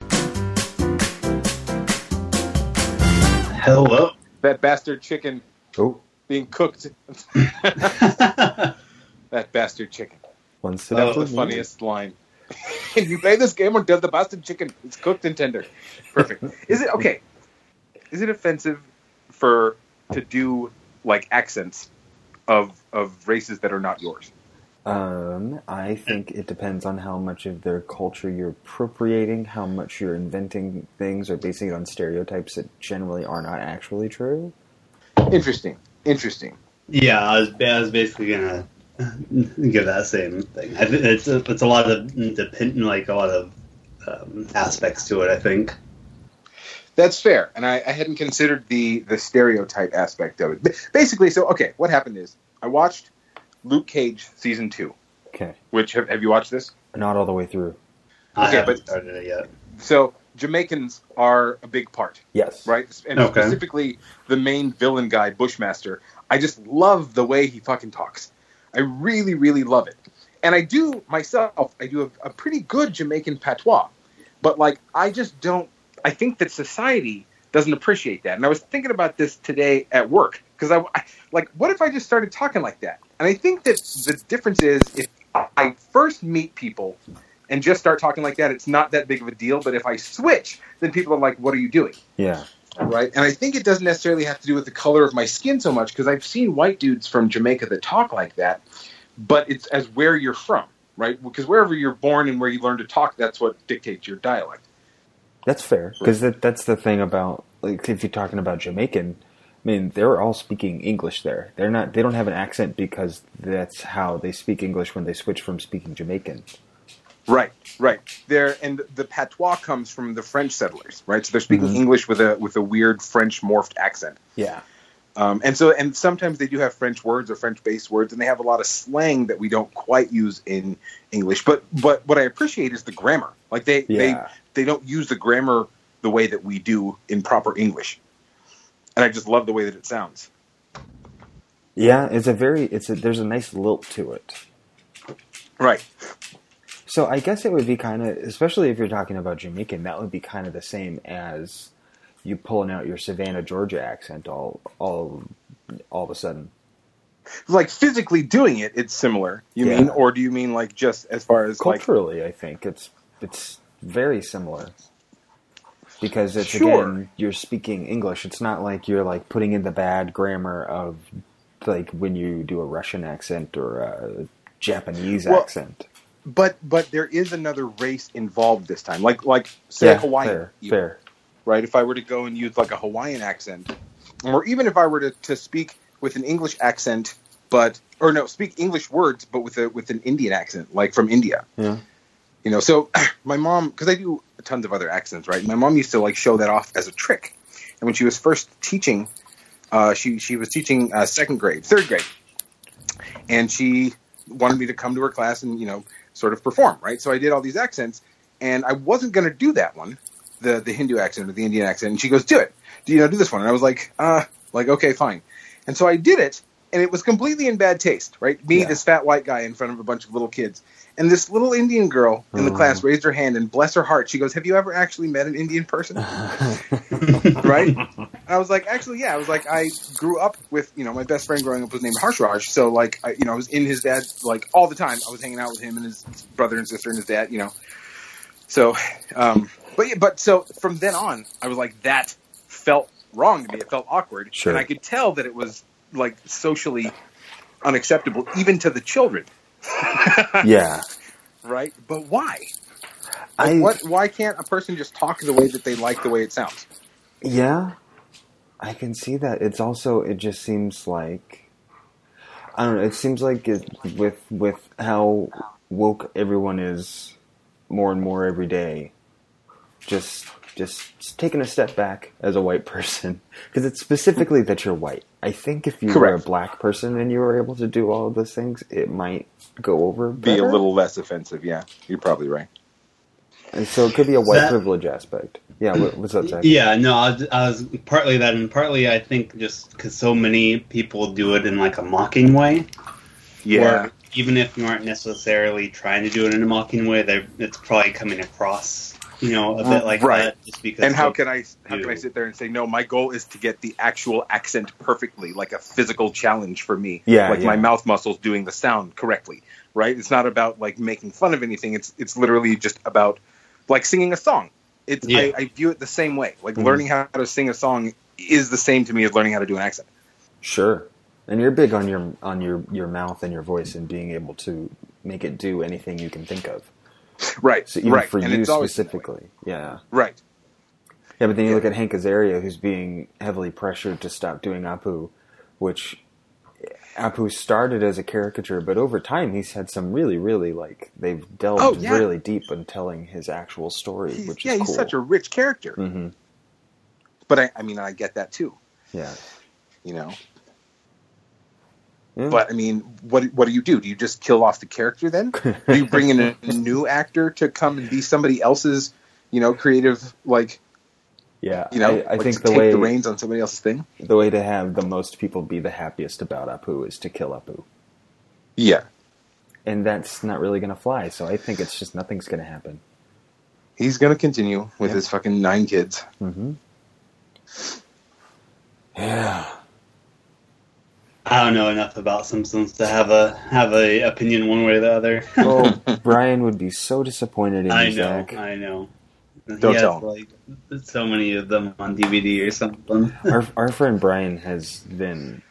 Hello. That bastard chicken Oh, being cooked. that bastard chicken. once Oh, That's accidentally the muted. funniest line. If you play this game until the bastard chicken is cooked and tender. Perfect. Is it okay? Is it offensive for to do like accents of of races that are not yours? Um, I think it depends on how much of their culture you're appropriating, how much you're inventing things or basing it on stereotypes that generally are not actually true. Interesting. Interesting. Yeah, I was, I was basically gonna give that same thing. I think it's a, it's a lot of depend like a lot of um, aspects to it. I think. That's fair, and I, I hadn't considered the the stereotype aspect of it. Ba- Basically, so okay, what happened is I watched Luke Cage season two. Okay. Which have, have you watched this? Not all the way through. I Okay, haven't but- started it yet. So Jamaicans are a big part, Yes. right? And Okay. specifically the main villain guy, Bushmaster. I just love the way he fucking talks. I really, really love it. And I do myself. I do a, a pretty good Jamaican patois, but like I just don't. I think that society doesn't appreciate that. And I was thinking about this today at work because I, I like, what if I just started talking like that? And I think that the difference is if I first meet people and just start talking like that, it's not that big of a deal. But if I switch, then people are like, "What are you doing?" Yeah. right? And I think it doesn't necessarily have to do with the color of my skin so much because I've seen white dudes from Jamaica that talk like that, but it's as where you're from, right? Because wherever you're born and where you learn to talk, that's what dictates your dialect. That's fair because that, that's the thing about like if you're talking about Jamaican, I mean they're all speaking English there. They're not they don't have an accent because that's how they speak English when they switch from speaking Jamaican. Right, right. There and the patois comes from the French settlers, right? So they're speaking Mhm. English with a with a weird French morphed accent. Yeah. Um, and so, and sometimes they do have French words or French-based words, and they have a lot of slang that we don't quite use in English. But but what I appreciate is the grammar. Like they Yeah. they they don't use the grammar the way that we do in proper English, and I just love the way that it sounds. Yeah, it's a very it's a, there's a nice lilt to it. Right. So I guess it would be kind of, especially if you're talking about Jamaican, that would be kind of the same as you pulling out your Savannah, Georgia accent all all all of a sudden. Like physically doing it, it's similar. You Yeah. mean, or do you mean like just as far as like Culturally, I think it's it's very similar because it's Sure. again you're speaking English. It's not like you're like putting in the bad grammar of like when you do a Russian accent or a Japanese Well, accent. but but there is another race involved this time. Like like say Hawaiian. fair, even. fair. right? If I were to go and use like a Hawaiian accent, or even if I were to, to speak with an English accent, but or no, speak English words, but with a with an Indian accent, like from India, Yeah. you know. So my mom, because I do tons of other accents, right? My mom used to like show that off as a trick, and when she was first teaching, uh, she she was teaching uh, second grade, third grade, and she wanted me to come to her class and you know sort of perform, right? So I did all these accents, and I wasn't going to do that one, the the Hindu accent or the Indian accent. And she goes, "Do it, do you know do this one?" And I was like, "Uh, like okay, fine." And so I did it, and it was completely in bad taste, right? Me, Yeah. this fat white guy, in front of a bunch of little kids, and this little Indian girl in the Mm. class raised her hand, and bless her heart, she goes, "Have you ever actually met an Indian person?" right? And I was like, actually, yeah. I was like, I grew up with, you know, my best friend growing up was named Harshraj. So, like, I, you know, I was in his dad, like, all the time. I was hanging out with him and his brother and sister and his dad, you know. So, um, but, yeah, but so from then on, I was like, that felt wrong to me. It felt awkward. Sure. And I could tell that it was, like, socially unacceptable, even to the children, yeah. right? But why? I what? Why can't a person just talk the way that they like the way it sounds? Yeah, I can see that. It's also it just seems like I don't know. It seems like it, with with how woke everyone is more and more every day. Just just taking a step back as a white person because it's specifically that you're white. I think if you were a Correct. black person and you were able to do all of those things, it might go over Be a better. little less offensive. Yeah, you're probably right. And so it could be a white That- privilege aspect. Yeah, what, what's up, Zach? Yeah, no, I was, I was partly that, and partly I think just because so many people do it in like a mocking way. Or even if you aren't necessarily trying to do it in a mocking way, they're, it's probably coming across you know, a bit like Mm, Right. that, just because. and how like, can I how can I sit there and say no? My goal is to get the actual accent perfectly, like a physical challenge for me. Yeah, like my yeah. mouth muscles doing the sound correctly. Right? It's not about like making fun of anything. It's it's literally just about like singing a song. It's Yeah. I, I view it the same way. Like Mhm. learning how to sing a song is the same to me as learning how to do an accent. Sure. And you're big on your on your your mouth and your voice and being able to make it do anything you can think of. Right. So even right. for and you it's always been that way. specifically, yeah, Right. yeah. But then you Yeah. look at Hank Azaria, who's being heavily pressured to stop doing Apu, which eh, Apu started as a caricature, but over time he's had some really, really like they've delved Oh, yeah. really deep in telling his actual story, He's- which yeah, is he's cool. such a rich character. hmm But I, I mean, I get that too. Yeah. You know. Yeah. But I mean, what what do you do? Do you just kill off the character then? do you bring in a new actor to come and be somebody else's, you know, creative like yeah, you know, I, I like think to the take way the reins on somebody else's thing? the way to have the most people be the happiest about Apu is to kill Apu. Yeah. and that's not really going to fly. So I think it's just nothing's going to happen. He's gonna continue with Yeah. his fucking nine kids. Mm-hmm. Yeah. I don't know enough about Simpsons to have a have a opinion one way or the other. Oh, Brian would be so disappointed in I you, know, Zach. I know. Don't he tell has, him. like so many of them on DVD or something. Our our friend Brian has been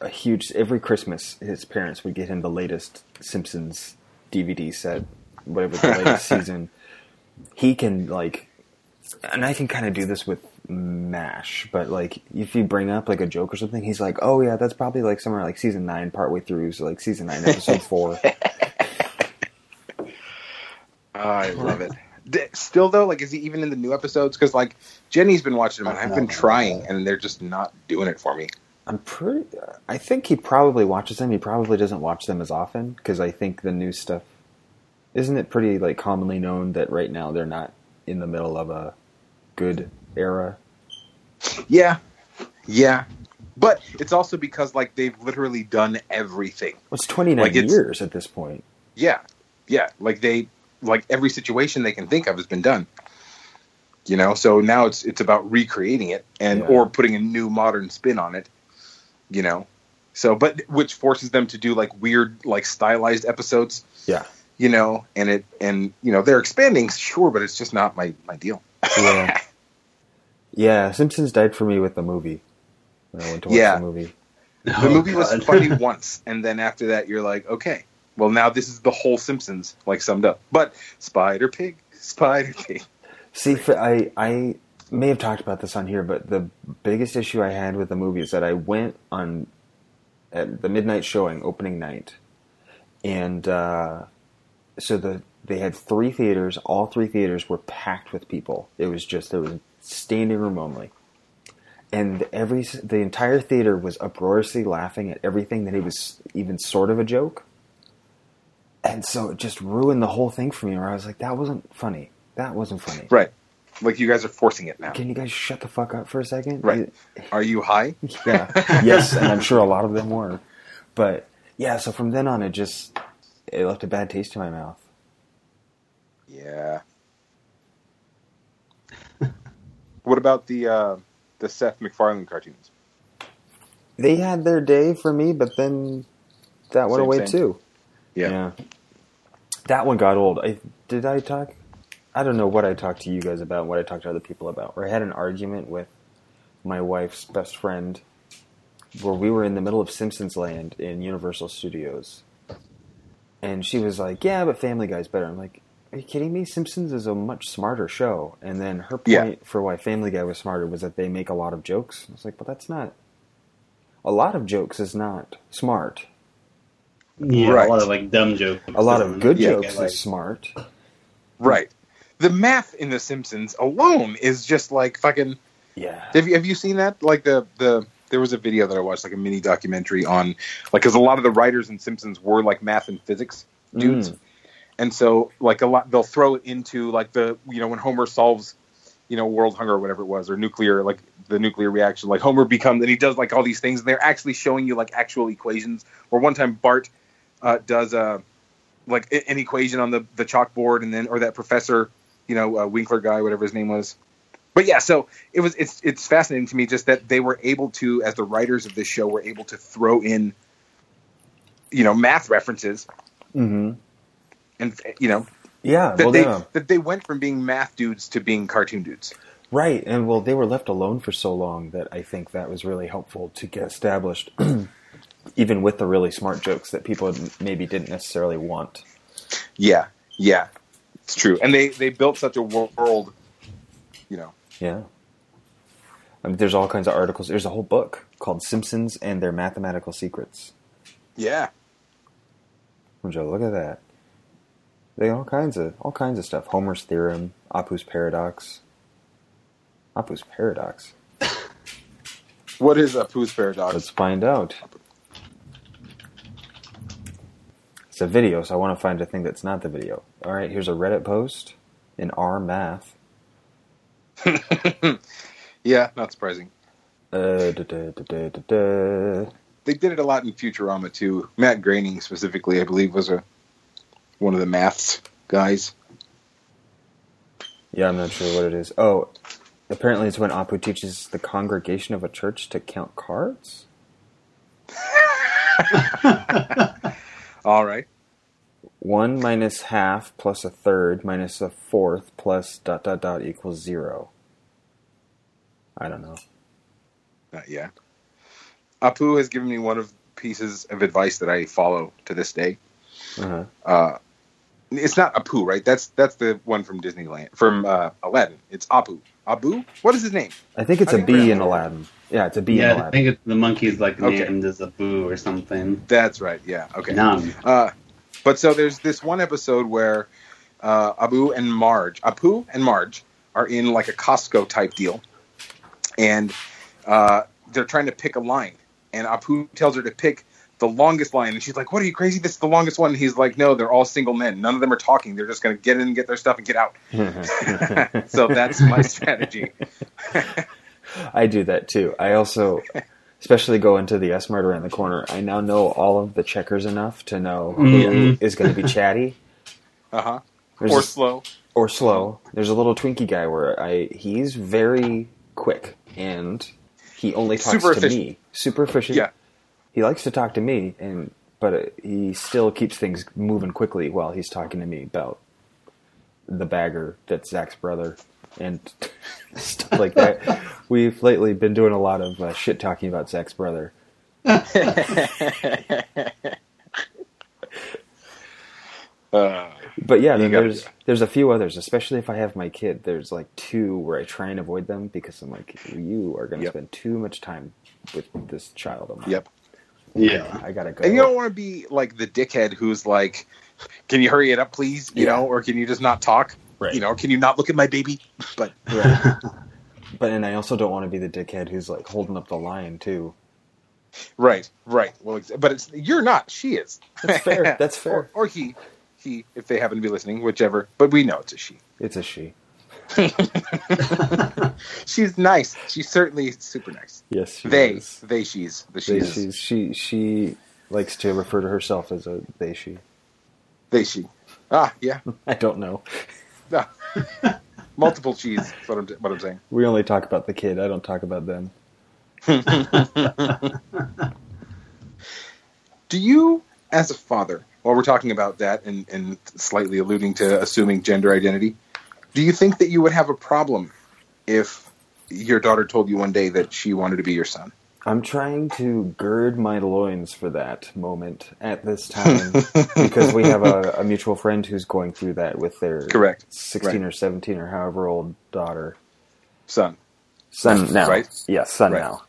a huge. Every Christmas, his parents would get him the latest Simpsons DVD set, whatever the latest season. He can like, and I can kind of do this with Mash, but like if you bring up like a joke or something, he's like, "Oh yeah, that's probably like somewhere like season nine, partway through, so like season nine, episode four. I love it. D- Still though, like, is he even in the new episodes? Because like Jenny's been watching them, and I've been trying, and they're just not doing it for me. I'm pretty. I think he probably watches them. He probably doesn't watch them as often because I think the new stuff. Isn't it pretty like commonly known that right now they're not in the middle of a good era? Yeah, yeah, but it's also because like they've literally done everything. Well, It's 29 Like, it's- years at this point. Yeah, yeah. Like they, like every situation they can think of has been done. You know, so now it's it's about recreating it and Yeah. or putting a new modern spin on it. You know, so but which forces them to do like weird like stylized episodes. Yeah. You know, and it and you know they're expanding, sure, but it's just not my my deal. Yeah. yeah, Simpsons died for me with the movie. When I went to watch Yeah. the movie. the movie was funny once, and then after that, you're like, okay, well now this is the whole Simpsons like summed up. But Spider Pig, Spider Pig. See, for, I I may have talked about this on here, but the biggest issue I had with the movie is that I went on at the midnight showing opening night, and uh, so the they had three theaters. All three theaters were packed with people. It was just there was standing room only, and every s- the entire theater was uproariously laughing at everything that it was even sort of a joke. And so it just ruined the whole thing for me. Where I was like, "That wasn't funny. That wasn't funny." Right. Like you guys are forcing it now. Can you guys shut the fuck up for a second? Right. Are you high? Yeah. yes, and I'm sure a lot of them were. But yeah, so from then on, it just it left a bad taste in my mouth. Yeah. what about the uh, the Seth MacFarlane cartoons? They had their day for me, but then that went Same, away same. too. Yeah. That one got old. I did I talk. I don't know what I talked to you guys about, what I talked to other people about. Where I had an argument with my wife's best friend, where we were in the middle of Simpsons Land in Universal Studios, and she was like, "Yeah, but Family Guy's better." I'm like, "Are you kidding me? Simpsons is a much smarter show." And then her point Yeah. for why Family Guy was smarter was that they make a lot of jokes. I was like, "But that's not a lot of jokes is not smart. yeah, Right. a lot of like dumb jokes. A lot of good Yeah, jokes Like, is smart." Right. The math in The Simpsons alone is just like fucking. Yeah. Have you, have you seen that? Like the the there was a video that I watched, like a mini documentary on, like because a lot of the writers in Simpsons were like math and physics dudes, Mm. and so like a lot they'll throw it into like the you know when Homer solves, you know world hunger or whatever it was or nuclear like the nuclear reaction like Homer becomes and he does like all these things and they're actually showing you like actual equations or one time Bart uh, does a like a- an equation on the the chalkboard and then or that professor you know, uh, Winkler guy, whatever his name was. But yeah, so it was. It's it's fascinating to me just that they were able to, as the writers of this show, were able to throw in, you know, math references Mm-hmm. and you know Yeah. that well, they yeah. that they went from being math dudes to being cartoon dudes. Right, and well, they were left alone for so long that I think that was really helpful to get established, even with the really smart jokes that people maybe didn't necessarily want. Yeah, yeah, it's true. And they they built such a wor- world, you know. Yeah. I mean, there's all kinds of articles. There's a whole book called Simpsons and Their Mathematical Secrets. Yeah, Would you look at that? They all kinds of all kinds of stuff. Homer's theorem, Apu's paradox. Apu's paradox. what is a Pooh's paradox? Let's find out. It's a video, so I want to find a thing that's not the video. All right, here's a Reddit post in R math. yeah, not surprising. Uh, da, da, da, da, da, da. They did it a lot in Futurama too. Matt Groening specifically, I believe, was a one of the maths guys. Yeah, I'm not sure what it is. Oh, apparently it's when Apu teaches the congregation of a church to count cards. All right. One minus half plus a third minus a fourth plus dot dot dot equals zero. I don't know. Not yet. Apu has given me one of pieces of advice that I follow to this day. Uh-huh. Uh, it's not Apu, right? That's that's the one from Disneyland, from uh, Aladdin. It's Apu. Abu? What is his name? I think it's I a think B we're- in Aladdin. Yeah, it's a B in yeah, I Aladdin. think it's the monkey's like Okay. named as a boo or something. That's right. Yeah. Okay. Num. Uh, but so there's this one episode where uh, Abu and Marge, Apu and Marge, are in like a Costco type deal, and uh, they're trying to pick a line, and Apu tells her to pick the longest line, and she's like, "What are you crazy? This is the longest one." And he's like, "No, they're all single men. None of them are talking. They're just going to get in, and get their stuff, and get out." so that's my strategy. I do that too. I also, especially go into the S Mart around the corner. I now know all of the checkers enough to know who Mhm. is going to be chatty Uh Uh-huh. huh. There's Or this- slow. or slow. There's a little Twinkie guy where I he's very quick and he only talks Super to efficient. me. Super efficient. Yeah. He likes to talk to me, and but uh, he still keeps things moving quickly while he's talking to me about the bagger that's Zach's brother and stuff like that. We've lately been doing a lot of uh, shit talking about Zach's brother. Uh, But yeah, then got- there's there's a few others, especially if I have my kid. There's like two where I try and avoid them because I'm like, you are going to Yep. spend too much time with this child. I'm like, yep. Yeah. I gotta go. And you don't want to be like the dickhead who's like, "Can you hurry it up, please?" You Yeah. know, or can you just not talk? Right. You know, can you not look at my baby? But Right. but and I also don't want to be the dickhead who's like holding up the line too. right, right. Well, ex- but it's you're not. She is. That's fair. That's fair. Or, or he, he, if they happen to be listening, whichever. But we know it's a she. It's a she. She's nice. She's certainly super nice. Yes, she they, is. they, she's the They, she's they, she's, she she likes to refer to herself as a they she. she. Ah, yeah. I don't know. Ah. Multiple she's. is What I'm what I'm saying. We only talk about the kid. I don't talk about them. Do you, as a father, while we're talking about that and, and slightly alluding to assuming gender identity, do you think that you would have a problem if your daughter told you one day that she wanted to be your son? I'm trying to gird my loins for that moment at this time because we have a, a mutual friend who's going through that with their Correct. 16 or 17 or however old daughter. Son. Son now. Right. Yeah, son Right. now.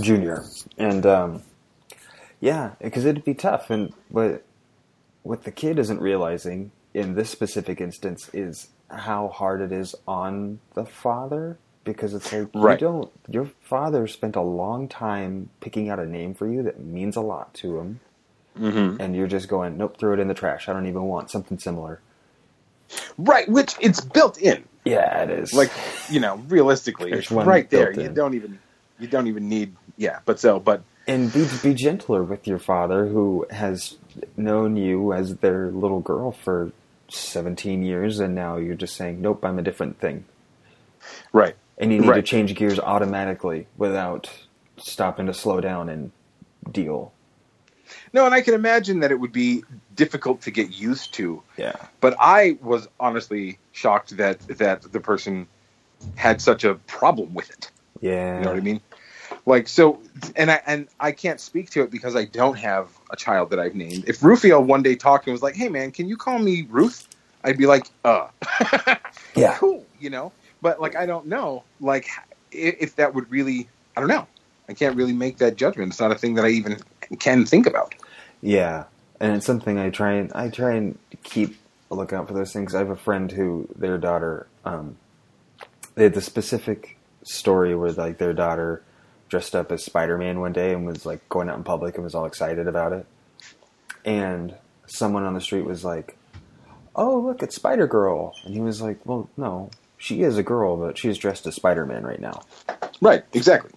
Junior. And um, yeah, because it'd be tough. And what, what the kid isn't realizing in this specific instance is how hard it is on the father because it's like Right. you don't your father spent a long time picking out a name for you that means a lot to him Mm-hmm. and you're just going nope throw it in the trash i don't even want something similar Right, which it's built in. yeah it is Like, you know, realistically, There's it's one right there. built You in. don't even you don't even need yeah, but so but and be be gentler with your father who has known you as their little girl for 17 years, and now you're just saying, nope, I'm a different thing. Right. And you need to Right. change gears automatically without stopping to slow down and deal. No, and I can imagine that it would be difficult to get used to. Yeah. But I was honestly shocked that that the person had such a problem with it. Yeah. You know what I mean? Like so, and I and I can't speak to it because I don't have a child that I've named. If Rufio one day talked and was like, "Hey man, can you call me Ruth?" I'd be like, "Uh, Yeah. cool," you know. But like, I don't know, like if, if that would really, I don't know. I can't really make that judgment. It's not a thing that I even can think about. Yeah, and it's something I try and I try and keep a lookout for those things. I have a friend who their daughter, um, they had the specific story where like their daughter dressed up as Spider Man one day and was like going out in public and was all excited about it, and someone on the street was like, "Oh, look, it's Spider Girl," and he was like, "Well, no." She is a girl, but she's dressed as Spider Man right now. Right? Exactly.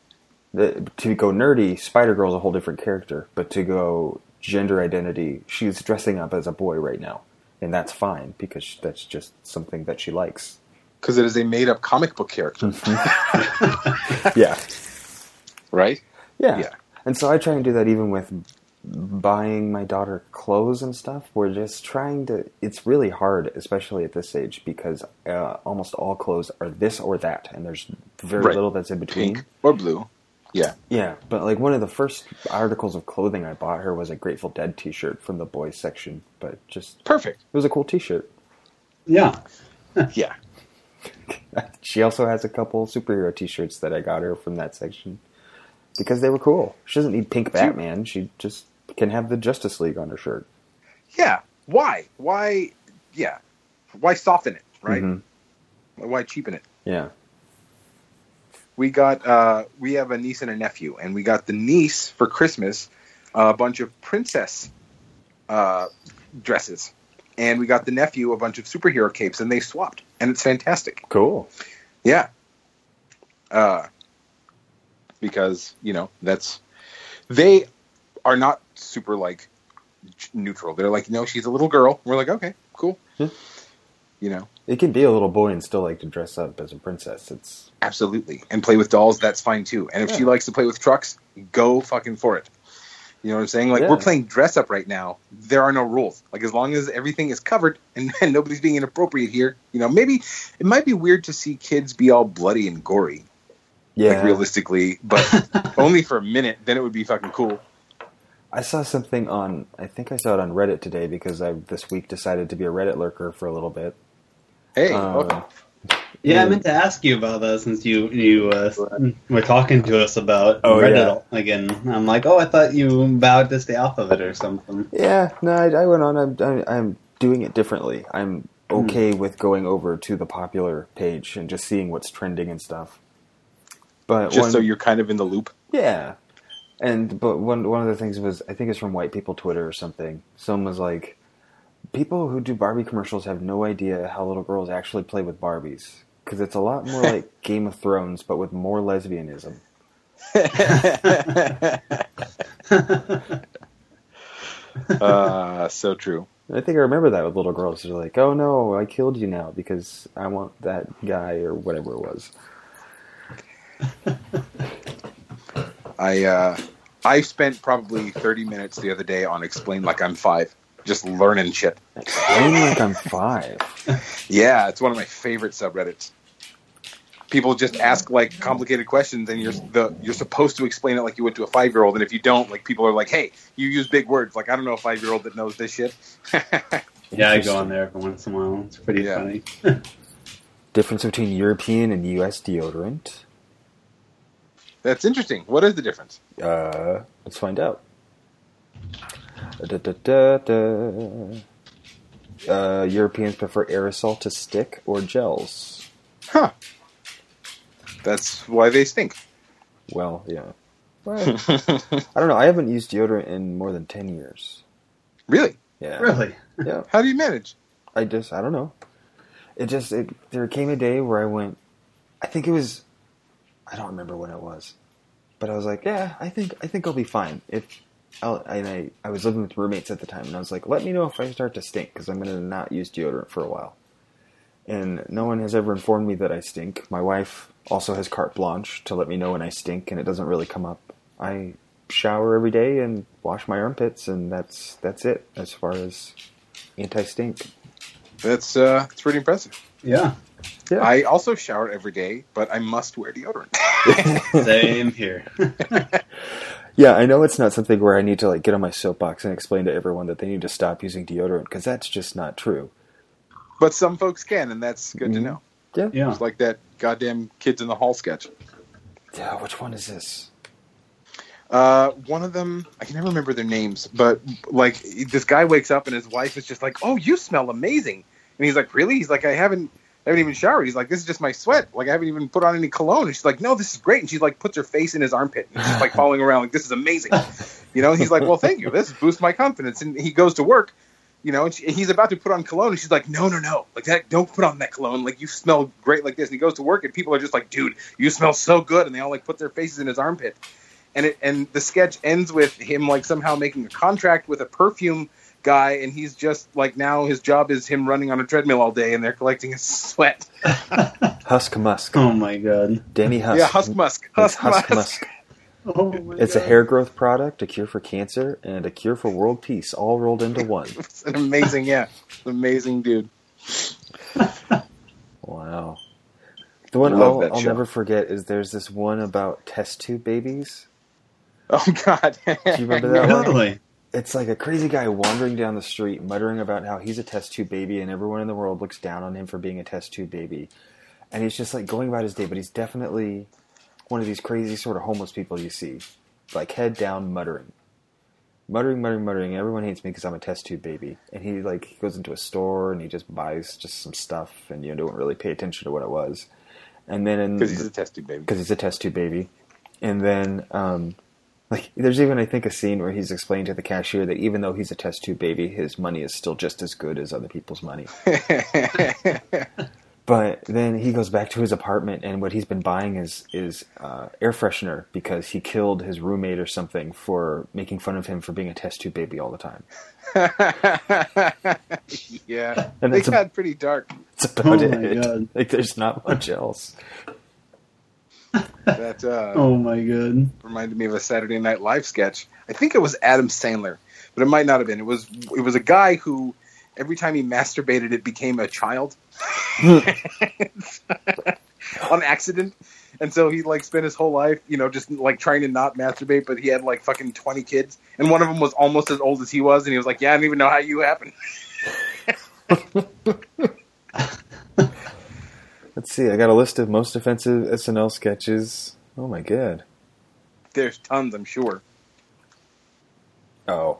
The, to go nerdy, Spider Girl's a whole different character, but to go gender identity, she's dressing up as a boy right now, and that's fine because that's just something that she likes. Because it is a made-up comic book character, yeah. right? yeah, Yeah. And so I try and do that even with buying my daughter clothes and stuff. We're just trying to. It's really hard, especially at this age, because uh, almost all clothes are this or that, and there's very Right. little that's in between. Pink or blue? Yeah. Yeah, but like one of the first articles of clothing I bought her was a Grateful Dead T-shirt from the boys section, but just it Perfect. was a cool T-shirt. Yeah. Yeah. she also has a couple superhero T-shirts that I got her from that section because they were cool. She doesn't need pink Batman; she just can have the Justice League on her shirt. Yeah. Why? Why? Yeah. Why soften it? Right? Mhm. Why cheapen it? Yeah. We got. Uh, we have a niece and a nephew, and we got the niece for Christmas a bunch of princess uh, dresses, and we got the nephew a bunch of superhero capes, and they swapped, and it's fantastic. Cool. Yeah. Uh, because you know that's they are not super like j- neutral. They're like, no, she's a little girl. We're like, okay, cool. Yeah. You know, It can be a little boy and still like to dress up as a princess. It's absolutely, and play with dolls. That's fine too. And if she Yeah. likes to play with trucks, go fucking for it. You know what I'm saying? Like Yeah. we're playing dress up right now. There are no rules. Like as long as everything is covered and, and nobody's being inappropriate here, you know, maybe it might be weird to see kids be all bloody and gory. yeah. like realistically, but only for a minute. Then it would be fucking cool. I saw something on, I think I saw it on Reddit today because I this week decided to be a Reddit lurker for a little bit. Hey, Um, welcome. Yeah, Mm. I meant to ask you about that since you you uh, were talking to us about Oh, Reddit again. I'm like, oh, I thought you vowed to stay off of it or something. Yeah, no, I, I went on. I'm, I'm, I'm doing it differently. I'm Hmm. okay with going over to the popular page and just seeing what's trending and stuff. But Just one, so you're kind of in the loop. yeah, and but one one of the things was I think it's from white people Twitter or something. Someone was like, people who do Barbie commercials have no idea how little girls actually play with Barbies because it's a lot more like Game of Thrones but with more lesbianism. uh, so true. I think I remember that with little girls. They're like, "Oh no, I killed you now because I want that guy or whatever it was." I uh, I spent probably 30 minutes the other day on explain like I'm five, just learning shit. I'm like I'm five. Yeah, it's one of my favorite subreddits. People just ask like complicated questions, and you're the you're supposed to explain it like you would to a five year old. And if you don't, like people are like, "Hey, you use big words." Like I don't know a five year old that knows this shit. Yeah, I go on there every once in a while. It's pretty Yeah. funny. Difference between European and U.S. deodorant. That's interesting. What is the difference? Uh, let's find out. Da, da, da, da. Uh, Europeans prefer aerosol to stick or gels. Huh. That's why they stink. Well, yeah. Well, I don't know. I haven't used deodorant in more than ten years. really? Yeah. Really? Yeah. How do you manage? I just I don't know. It just it there came a day where I went I think it was I don't remember when it was. But I was like, yeah, I think I think I'll be fine. If I'll, and I, I was living with roommates at the time, and I was like, let me know if I start to stink because I'm going to not use deodorant for a while. And no one has ever informed me that I stink. My wife also has carte blanche to let me know when I stink, and it doesn't really come up. I shower every day and wash my armpits, and that's that's it as far as anti-stink. That's uh, it's pretty impressive. Yeah. Yeah. I also shower every day, but I must wear deodorant. Same here. Yeah, I know it's not something where I need to like get on my soapbox and explain to everyone that they need to stop using deodorant because that's just not true. but some folks can, and that's good to Mhm. know. yeah. It's like that goddamn kids in the hall sketch. Yeah, which one is this? Uh, one of them, I can never remember their names, but like this guy wakes up and his wife is just like, "Oh, you smell amazing," and he's like, "Really?" He's like, "I haven't, I haven't even showered." He's like, "This is just my sweat. Like I haven't even put on any cologne." And she's like, "No, this is great." And she like puts her face in his armpit and she's like following around like, "This is amazing," you know. And he's like, "Well, thank you. This boosts my confidence." And he goes to work, you know, and, she, and he's about to put on cologne and she's like, "No, no, no! Like that, don't put on that cologne. Like you smell great like this." And he goes to work and people are just like, "Dude, you smell so good," and they all like put their faces in his armpit and it and the sketch ends with him like somehow making a contract with a perfume guy and he's just like now his job is him running on a treadmill all day and they're collecting his sweat Husk Musk. Oh my god. Danny Husk. Mm. yeah husk musk It's husk, musk, Oh my It's a God. hair growth product, a cure for cancer, and a cure for world peace, all rolled into one. it's an amazing yeah it's an amazing dude Wow. The one Love I'll, that I'll show. never forget is there's this one about test tube babies. oh god do you remember that one? Really? it's like a crazy guy wandering down the street muttering about how he's a test tube baby and everyone in the world looks down on him for being a test tube baby and he's just like going about his day but he's definitely one of these crazy sort of homeless people you see like head down muttering muttering muttering muttering everyone hates me because i'm a test tube baby and he like he goes into a store and he just buys just some stuff and you don't really pay attention to what it was and then in because he's a test tube baby because he's a test tube baby. And then, um, like, there's even I think a scene where he's explaining to the cashier that even though he's a test tube baby, his money is still just as good as other people's money. But then he goes back to his apartment, and what he's been buying is is uh, air freshener because he killed his roommate or something for making fun of him for being a test tube baby all the time. yeah And they it's a- got pretty dark It's about Oh my it. God. Like, there's not much else. that uh Oh my god. reminded me of a Saturday Night Live sketch. I think it was Adam Sandler, but it might not have been. It was it was a guy who every time he masturbated, it became a child on accident. And so he like spent his whole life, you know, just like trying to not masturbate, but he had like fucking twenty kids, and one of them was almost as old as he was, and he was like, "Yeah, I don't even know how you happened." Let's see. I got a list of most offensive SNL sketches. Oh my god. There's tons, I'm sure. Oh,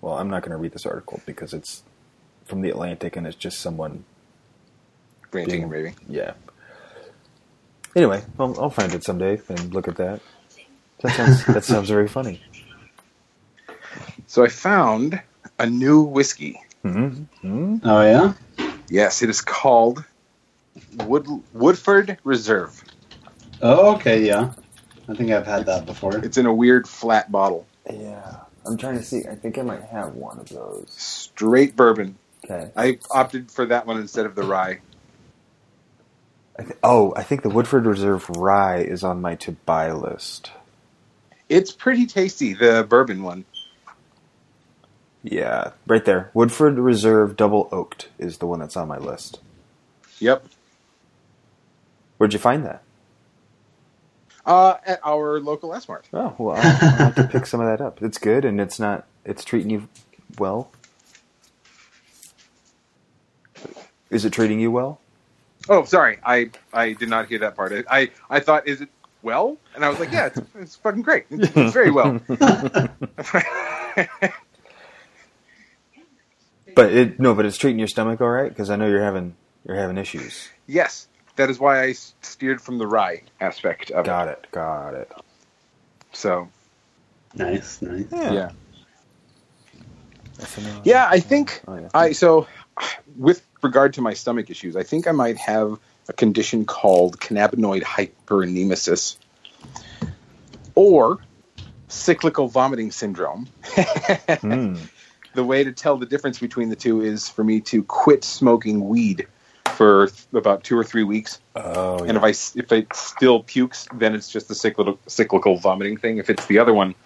well, I'm not going to read this article because it's from the Atlantic and it's just someone. Ranting and raving. Yeah. Anyway, I'll, I'll find it someday and look at that. That sounds that sounds very funny. So I found a new whiskey. Mm-hmm. Oh yeah? Yes, it is called Wood Woodford Reserve. Oh okay, yeah. I think I've had that before. It's in a weird flat bottle. Yeah, I'm trying to see. I think I might have one of those. Straight bourbon. Okay. I opted for that one instead of the rye. I th- oh, I think the Woodford Reserve Rye is on my to buy list. It's pretty tasty, the bourbon one. Yeah, right there. Woodford Reserve Double Oaked is the one that's on my list. Yep. Where'd you find that? Uh, at our local S Mart. Oh well, I'll, I'll have to pick some of that up. It's good, and it's not. It's treating you well. Is it treating you well? Oh, sorry, I I did not hear that part. I I, I thought, is it well? And I was like, yeah, it's, it's fucking great. It's, it's very well. But it no, but it's treating your stomach all right because I know you're having you're having issues. yes, that is why I s- steered from the rye aspect of Got it, got it. it. So Nice, nice. yeah, That's another- yeah, I think Oh, yeah. I so with regard to my stomach issues, I think I might have a condition called cannabinoid hyperemesis or cyclical vomiting syndrome. Hmm. the way to tell the difference between the two is for me to quit smoking weed for th- about two or three weeks. Oh, And if I s- if it still pukes, then it's just the cyclical cyclical vomiting thing. If it's the other one,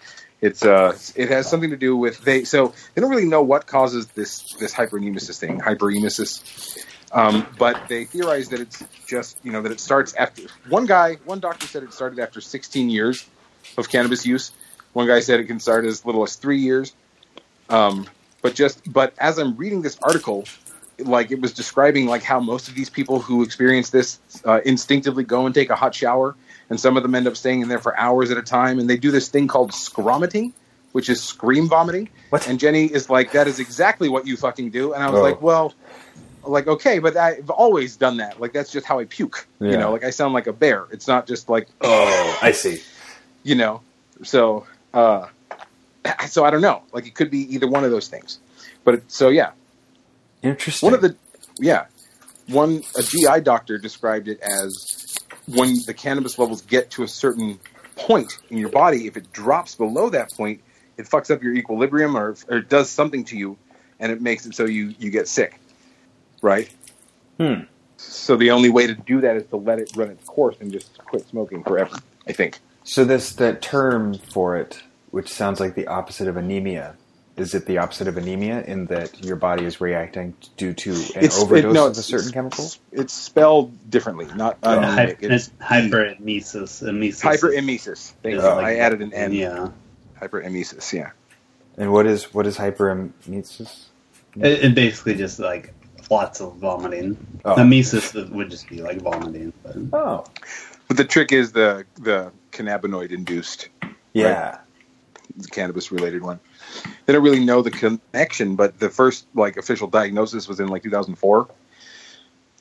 it's uh it has something to do with they so they don't really know what causes this this hyperemesis thing hyperemesis, um, but they theorize that it's just you know that it starts after one guy one doctor said it started after 16 years of cannabis use. One guy said it can start as little as three years. Um, but just but as I'm reading this article, like it was describing like how most of these people who experience this uh, instinctively go and take a hot shower, and some of them end up staying in there for hours at a time, and they do this thing called scromiting, which is scream vomiting. What? And Jenny is like, "That is exactly what you fucking do," and I was Oh. like, "Well." Like okay, but I've always done that. Like that's just how I puke. You Yeah. know, like I sound like a bear. It's not just like oh, I see. you know so uh so i don't know like it could be either one of those things but it, so yeah Interesting. one of the yeah one a gi doctor described it as when the cannabis levels get to a certain point in your body if it drops below that point it fucks up your equilibrium or, or it does something to you and it makes it so you you get sick right Hmm. so the only way to do that is to let it run its course and just quit smoking forever i think so this that term for it, which sounds like the opposite of anemia. Is it the opposite of anemia in that your body is reacting due to an it- overdose no, of a it's- certain it's- chemical? It's spelled differently, not Yeah, Yeah. hy- anemic. It's it's hyperemesis. emesis. hyperemesis. Thank is you. like- I added an N. Yeah, Hyperemesis, yeah. And what is what is hyperemesis? it, it basically just like lots of vomiting. Oh. Emesis would just be like vomiting. But Oh, But the trick is the the cannabinoid induced yeah. cannabis related one. They don't really know the connection, but the first like official diagnosis was in like 2004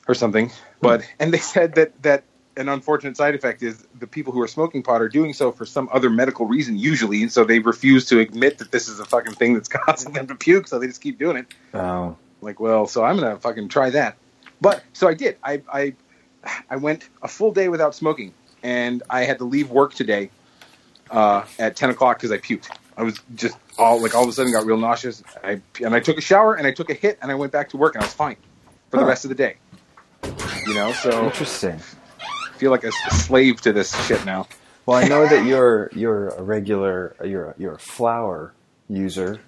or something. Hmm. But and they said that that an unfortunate side effect is the people who are smoking pot are doing so for some other medical reason usually, and so they refuse to admit that this is a fucking thing that's causing them to puke, so they just keep doing it. Oh, like well so i'm gonna fucking try that but so i did i i i went a full day without smoking and i had to leave work today uh, at 10 o'clock because i puked i was just all like all of a sudden got real nauseous I, and i took a shower and i took a hit and i went back to work and i was fine for the Huh. rest of the day you know so interesting. i feel like a slave to this shit now Well, I know that you're you're a regular you're a, you're a flower user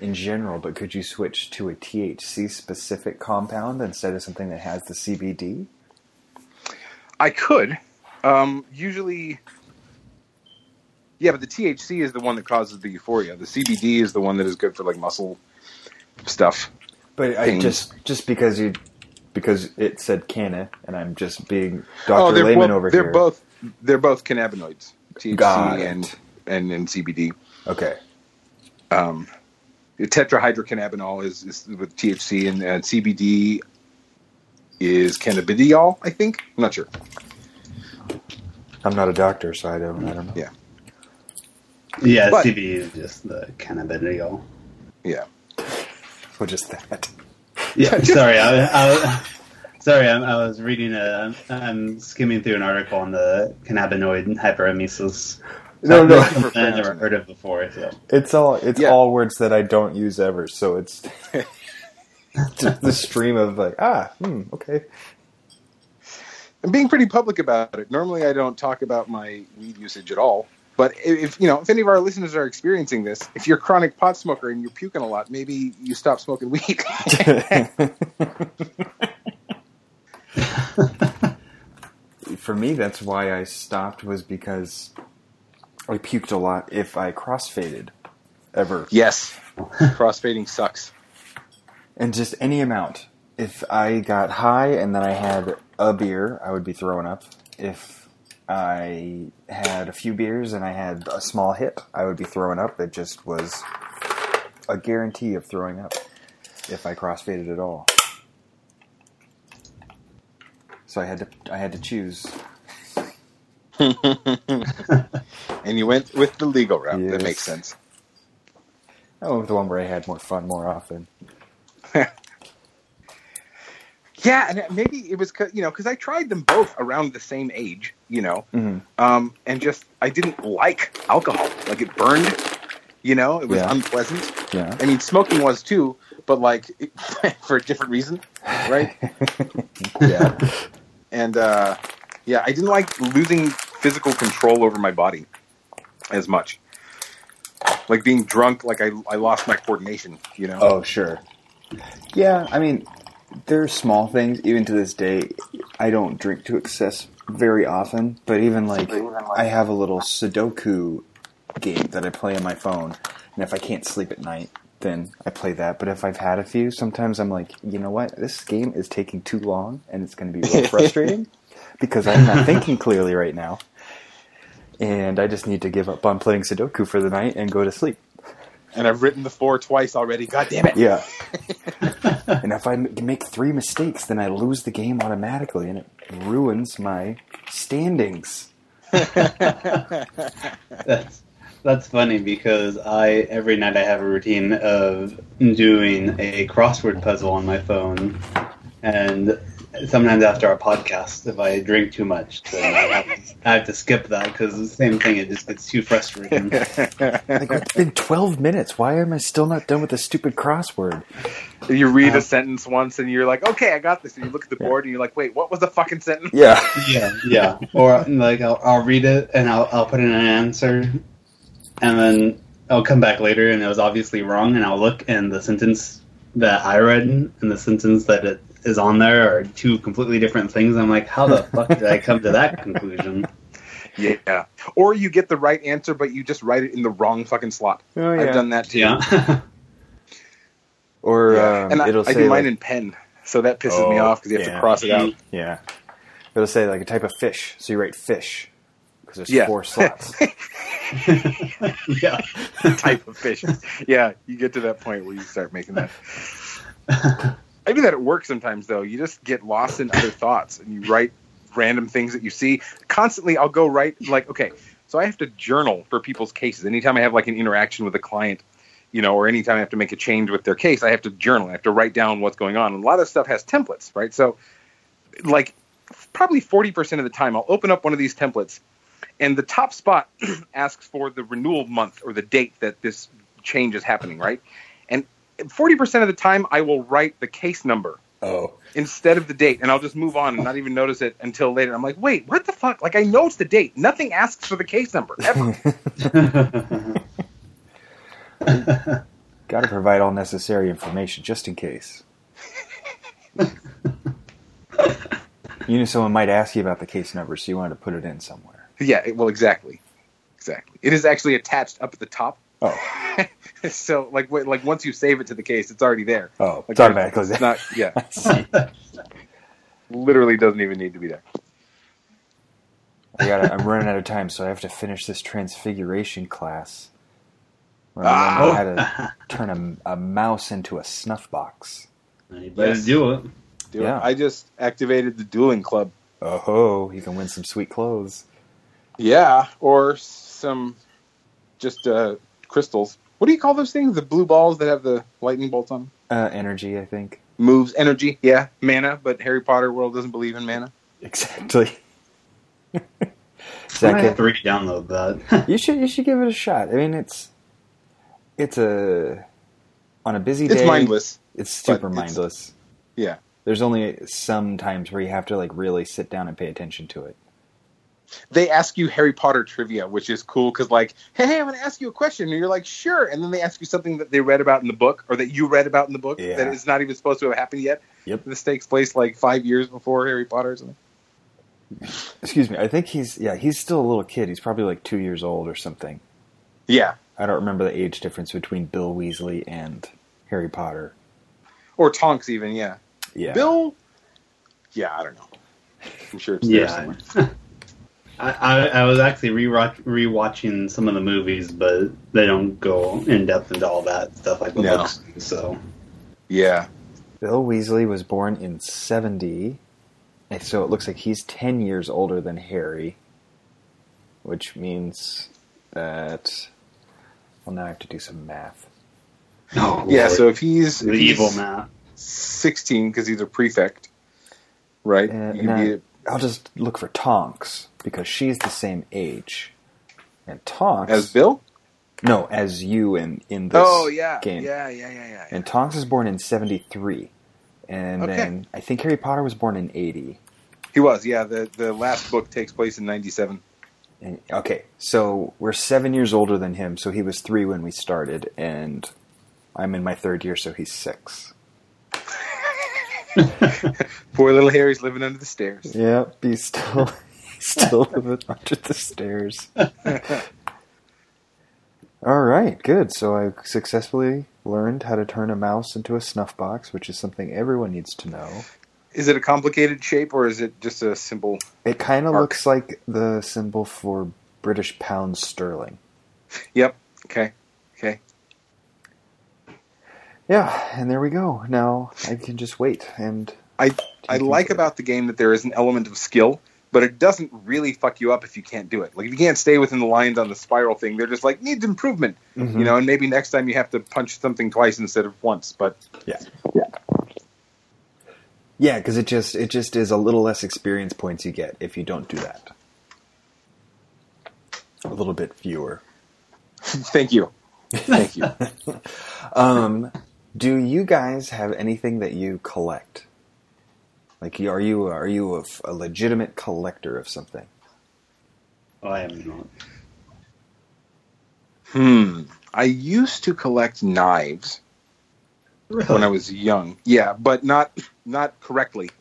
in general, but could you switch to a THC specific compound instead of something that has the CBD? I could. Um, usually, yeah, but the THC is the one that causes the euphoria. The CBD is the one that is good for like muscle stuff. But I Things. just just because you because it said canna, and I'm just being oh, Doctor they're Layman well, over they're here. both they're both cannabinoids, THC Got it. and, and and CBD. okay. Um, the tetrahydrocannabinol is, is with THC and uh, CBD is cannabidiol. I think I'm not sure. I'm not a doctor, so I don't I don't know. Yeah. yeah, But- CBD is just the cannabidiol. Yeah, What is that? Yeah, sorry. I, I, sorry, I'm, I was reading a. I'm, I'm skimming through an article on the cannabinoid hyperemesis. No, no. something I've never heard of before. So It's all it's Yeah. all words that I don't use ever, so it's just the stream of like ah hmm, okay I'm being pretty public about it. Normally, I don't talk about my weed usage at all. But if you know, if any of our listeners are experiencing this, if you're a chronic pot smoker and you're puking a lot, maybe you stop smoking weed. For me, that's why I stopped was because I puked a lot if I crossfaded ever, yes, crossfading sucks. and just any amount. If I got high and then I had a beer, I would be throwing up. If I had a few beers and I had a small hit, I would be throwing up. It just was a guarantee of throwing up if I crossfaded at all. So I had to I had to choose. and you went with the legal route. Yes. That makes sense. I went with Oh, the one where I had more fun more often. Yeah, and maybe it was 'cause- you know because I tried them both around the same age, you know, Mm-hmm. um, and just I didn't like alcohol. Like it burned. You know, it was Yeah. unpleasant. Yeah. I mean, smoking was too, but like for a different reason, right? yeah. and uh, yeah, I didn't like losing physical control over my body as much. Like being drunk, like I, I lost my coordination, you know. Oh, sure. Yeah, I mean, there are small things. Even to this day, I don't drink to excess very often. But even like, I have a little Sudoku game that I play on my phone, and if I can't sleep at night, then I play that. But if I've had a few, sometimes I'm like, you know what, this game is taking too long, and it's going to be real frustrating because I'm not thinking clearly right now. And I just need to give up on playing Sudoku for the night and go to sleep. And I've written the floor twice already. God damn it! Yeah. and if I m- make three mistakes, then I lose the game automatically, and it ruins my standings. That's that's funny because I every night I have a routine of doing a crossword puzzle on my phone, and sometimes after our podcast, if I drink too much, then I have, I have to skip that because the same thing. It just gets too frustrating. Like, it's been 12 minutes. Why am I still not done with this stupid crossword? You read Uh-huh. Um, a sentence once, and you're like, "Okay, I got this." And you look at the board, and you're like, "Wait, what was the fucking sentence?" Yeah. yeah, yeah. Or like I'll, I'll read it and I'll, I'll put in an answer, and then I'll come back later and it was obviously wrong, and I'll look and the sentence that I read and the sentence that it is on there are two completely different things. I'm like, how the fuck did I come to that conclusion? Yeah. Or you get the right answer, but you just write it in the wrong fucking slot. Oh, I've done that too. Yeah, Or Yeah. um, and I, it'll I say, do mine like- in pen, so that pisses me Oh, off because you have yeah. to cross it out. yeah. It'll say like a type of fish. So you write fish because there's Yeah. four slots. yeah. type of fish. Yeah, you get to that point where you start making that. I do that at work sometimes, though. You just get lost in other thoughts and you write random things that you see. Constantly, I'll go right, like, okay, so I have to journal for people's cases. Anytime I have like an interaction with a client, you know, or anytime I have to make a change with their case, I have to journal. I have to write down what's going on. And a lot of stuff has templates, right? So, like, probably 40% of the time, I'll open up one of these templates and the top spot asks for the renewal month or the date that this change is happening, right? And 40% of the time, I will write the case number oh. instead of the date, and I'll just move on and not even notice it until later. I'm like, wait, what the fuck? Like, I know it's the date. Nothing asks for the case number ever. Got to provide all necessary information just in case. you knew someone might ask you about the case number, so you wanted to put it in somewhere. yeah, it- well, exactly. Exactly. It is actually attached up at the top. Oh, so, like, wait, like once you save it to the case, it's already there. oh, Like, it's automatically It's there. not, yeah, literally doesn't even need to be there. I gotta, I'm running out of time, so I have to finish this transfiguration class. Where I Ah. learned how to turn a, a mouse into a snuff box. You better Yes. do it. Dude, Yeah. I just activated the dueling club. Oh Uh-huh. ho! You can win some sweet clothes. Yeah, or some just uh, crystals. What do you call those things? The blue balls that have the lightning bolts on them? Uh, energy, I think. Moves, energy, yeah, mana, but Harry Potter world doesn't believe in mana. Exactly. I'm gonna Second, have to re-download that. You should you should give it a shot. I mean, it's it's a on a busy day. It's mindless. It's super but it's- mindless. Yeah. There's only some times where you have to like really sit down and pay attention to it. They ask you Harry Potter trivia, which is cool because, like, hey, hey, I'm going to ask you a question. And you're like, sure. And then they ask you something that they read about in the book or that you read about in the book Yeah. that is not even supposed to have happened yet. Yep. This takes place like five years before Harry Potter or something. Excuse me. I think he's yeah he's still a little kid. He's probably like two years old or something. Yeah. I don't remember the age difference between Bill Weasley and Harry Potter. Or Tonks, even, yeah. Yeah. Bill? Yeah, I don't know. I'm sure it's there yeah. somewhere. I, I, I was actually re-watch, rewatching some of the movies, but they don't go in depth into all that stuff like the No. books. do, So Yeah. Bill Weasley was born in 70, and so it looks like he's 10 years older than Harry, which means that. Well, now I have to do some math. oh, Yeah, so if he's, the if he's evil Matt. 16 because he's a prefect, right? Uh, you no. be a- I'll just look for Tonks, because she's the same age. And Tonks as Bill? No, as you in in this Oh yeah, game. yeah, yeah, yeah, yeah. And Tonks was born in '73, and Okay. then I think Harry Potter was born in '80. He was, yeah. The the last book takes place in '97. And okay, so we're seven years older than him. So he was three when we started, and I'm in my third year, so he's six. Poor little Harry's living under the stairs. Yeah, he's still he's still living under the stairs. All right, good. So I successfully learned how to turn a mouse into a snuff box, which is something everyone needs to know. Is it a complicated shape or is it just a simple? It kind of Arc. looks like the symbol for British pound sterling. Yep. Okay. Yeah, and there we go. Now I can just wait and I- take I it. like about the game that there is an element of skill, but it doesn't really fuck you up if you can't do it. Like if you can't stay within the lines on the spiral thing, they're just like needs improvement, Mhm. you know. And maybe next time you have to punch something twice instead of once. But Yeah, because it just it just is a little less experience points you get if you don't do that. A little bit fewer. thank you, thank you. Um, do you guys have anything that you collect? Like, you- are you are you a, f- a legitimate collector of something? Well, Oh, I am not. hmm. I used to collect knives when I was young. Yeah, but not not correctly.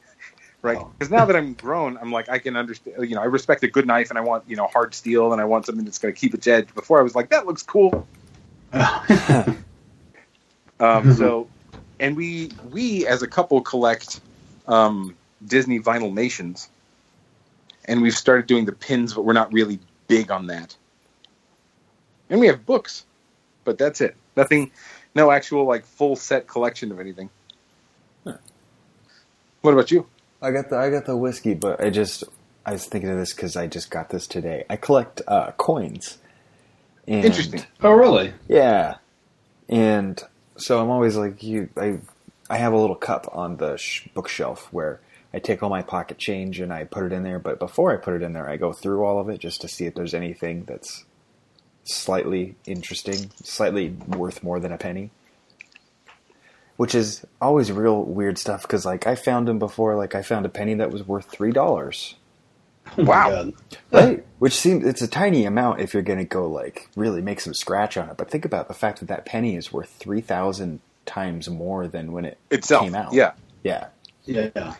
Right, Oh. because now that I'm grown, I'm like I can understand. You know, I respect a good knife, and I want you know hard steel, and I want something that's going to keep its edge. Before I was like, that looks cool, Um, so, and we we as a couple collect um, Disney vinyl nations, and we've started doing the pins, but we're not really big on that. And we have books, but that's it. Nothing, no actual like full set collection of anything. What about you? I got the I got the whiskey, but I just I was thinking of this because I just got this today. I collect uh, coins. And Interesting. oh, really? Yeah, and so I'm always like you. I I have a little cup on the sh- bookshelf where I take all my pocket change and I put it in there. But before I put it in there, I go through all of it just to see if there's anything that's slightly interesting, slightly worth more than a penny. Which is always real weird stuff because like I found them before. Like I found a penny that was worth three dollars. Oh my Wow. God. Right. Which seems it's a tiny amount if you're going to go like really make some scratch on it. But think about the fact that that penny is worth three thousand times more than when it Itself, came out. yeah. yeah. Yeah.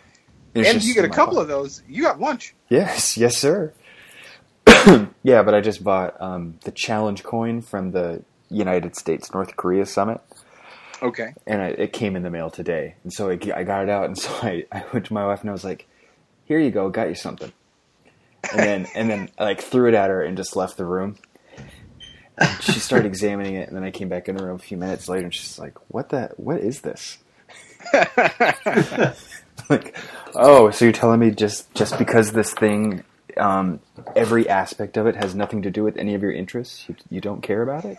It's and just you get a in my couple pocket. of those. You got lunch. Yes, yes, sir. yeah, but I just bought um, the challenge coin from the United States North Korea summit, Okay. and I, it came in the mail today. And so I, g- I got it out, and so I, I went to my wife and I was like, "Here you go, got you something." And then and then I, like threw it at her and just left the room. And she started examining it, and then I came back in the room a few minutes later, and she's like, "What the? What is this?" Uh, like, oh, so you're telling me just just because this thing, um, every aspect of it has nothing to do with any of your interests, you, you don't care about it?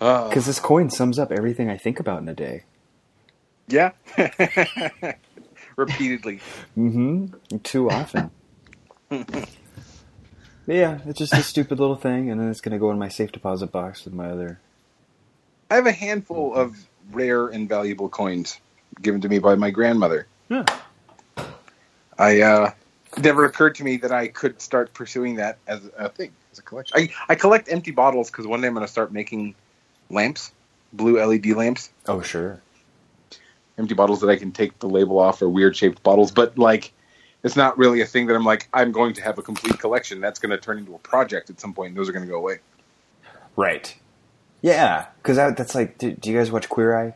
Uh, Because this coin sums up everything I think about in a day. yeah. Repeatedly. Mm-hmm. Too often. But yeah, it's just a stupid little thing, and then it's gonna go in my safe deposit box with my other. I have a handful of rare and valuable coins given to me by my grandmother. Yeah. I uh, it never occurred to me that I could start pursuing that as a thing, as a collection. I, I collect empty bottles because one day I'm going to start making lamps, blue LED lamps, Oh sure. empty bottles that I can take the label off or weird shaped bottles. But like, it's not really a thing that I'm like I'm going to have a complete collection. That's going to turn into a project at some point. And those are going to go away. Right. Yeah, because that's like, do, do you guys watch Queer Eye?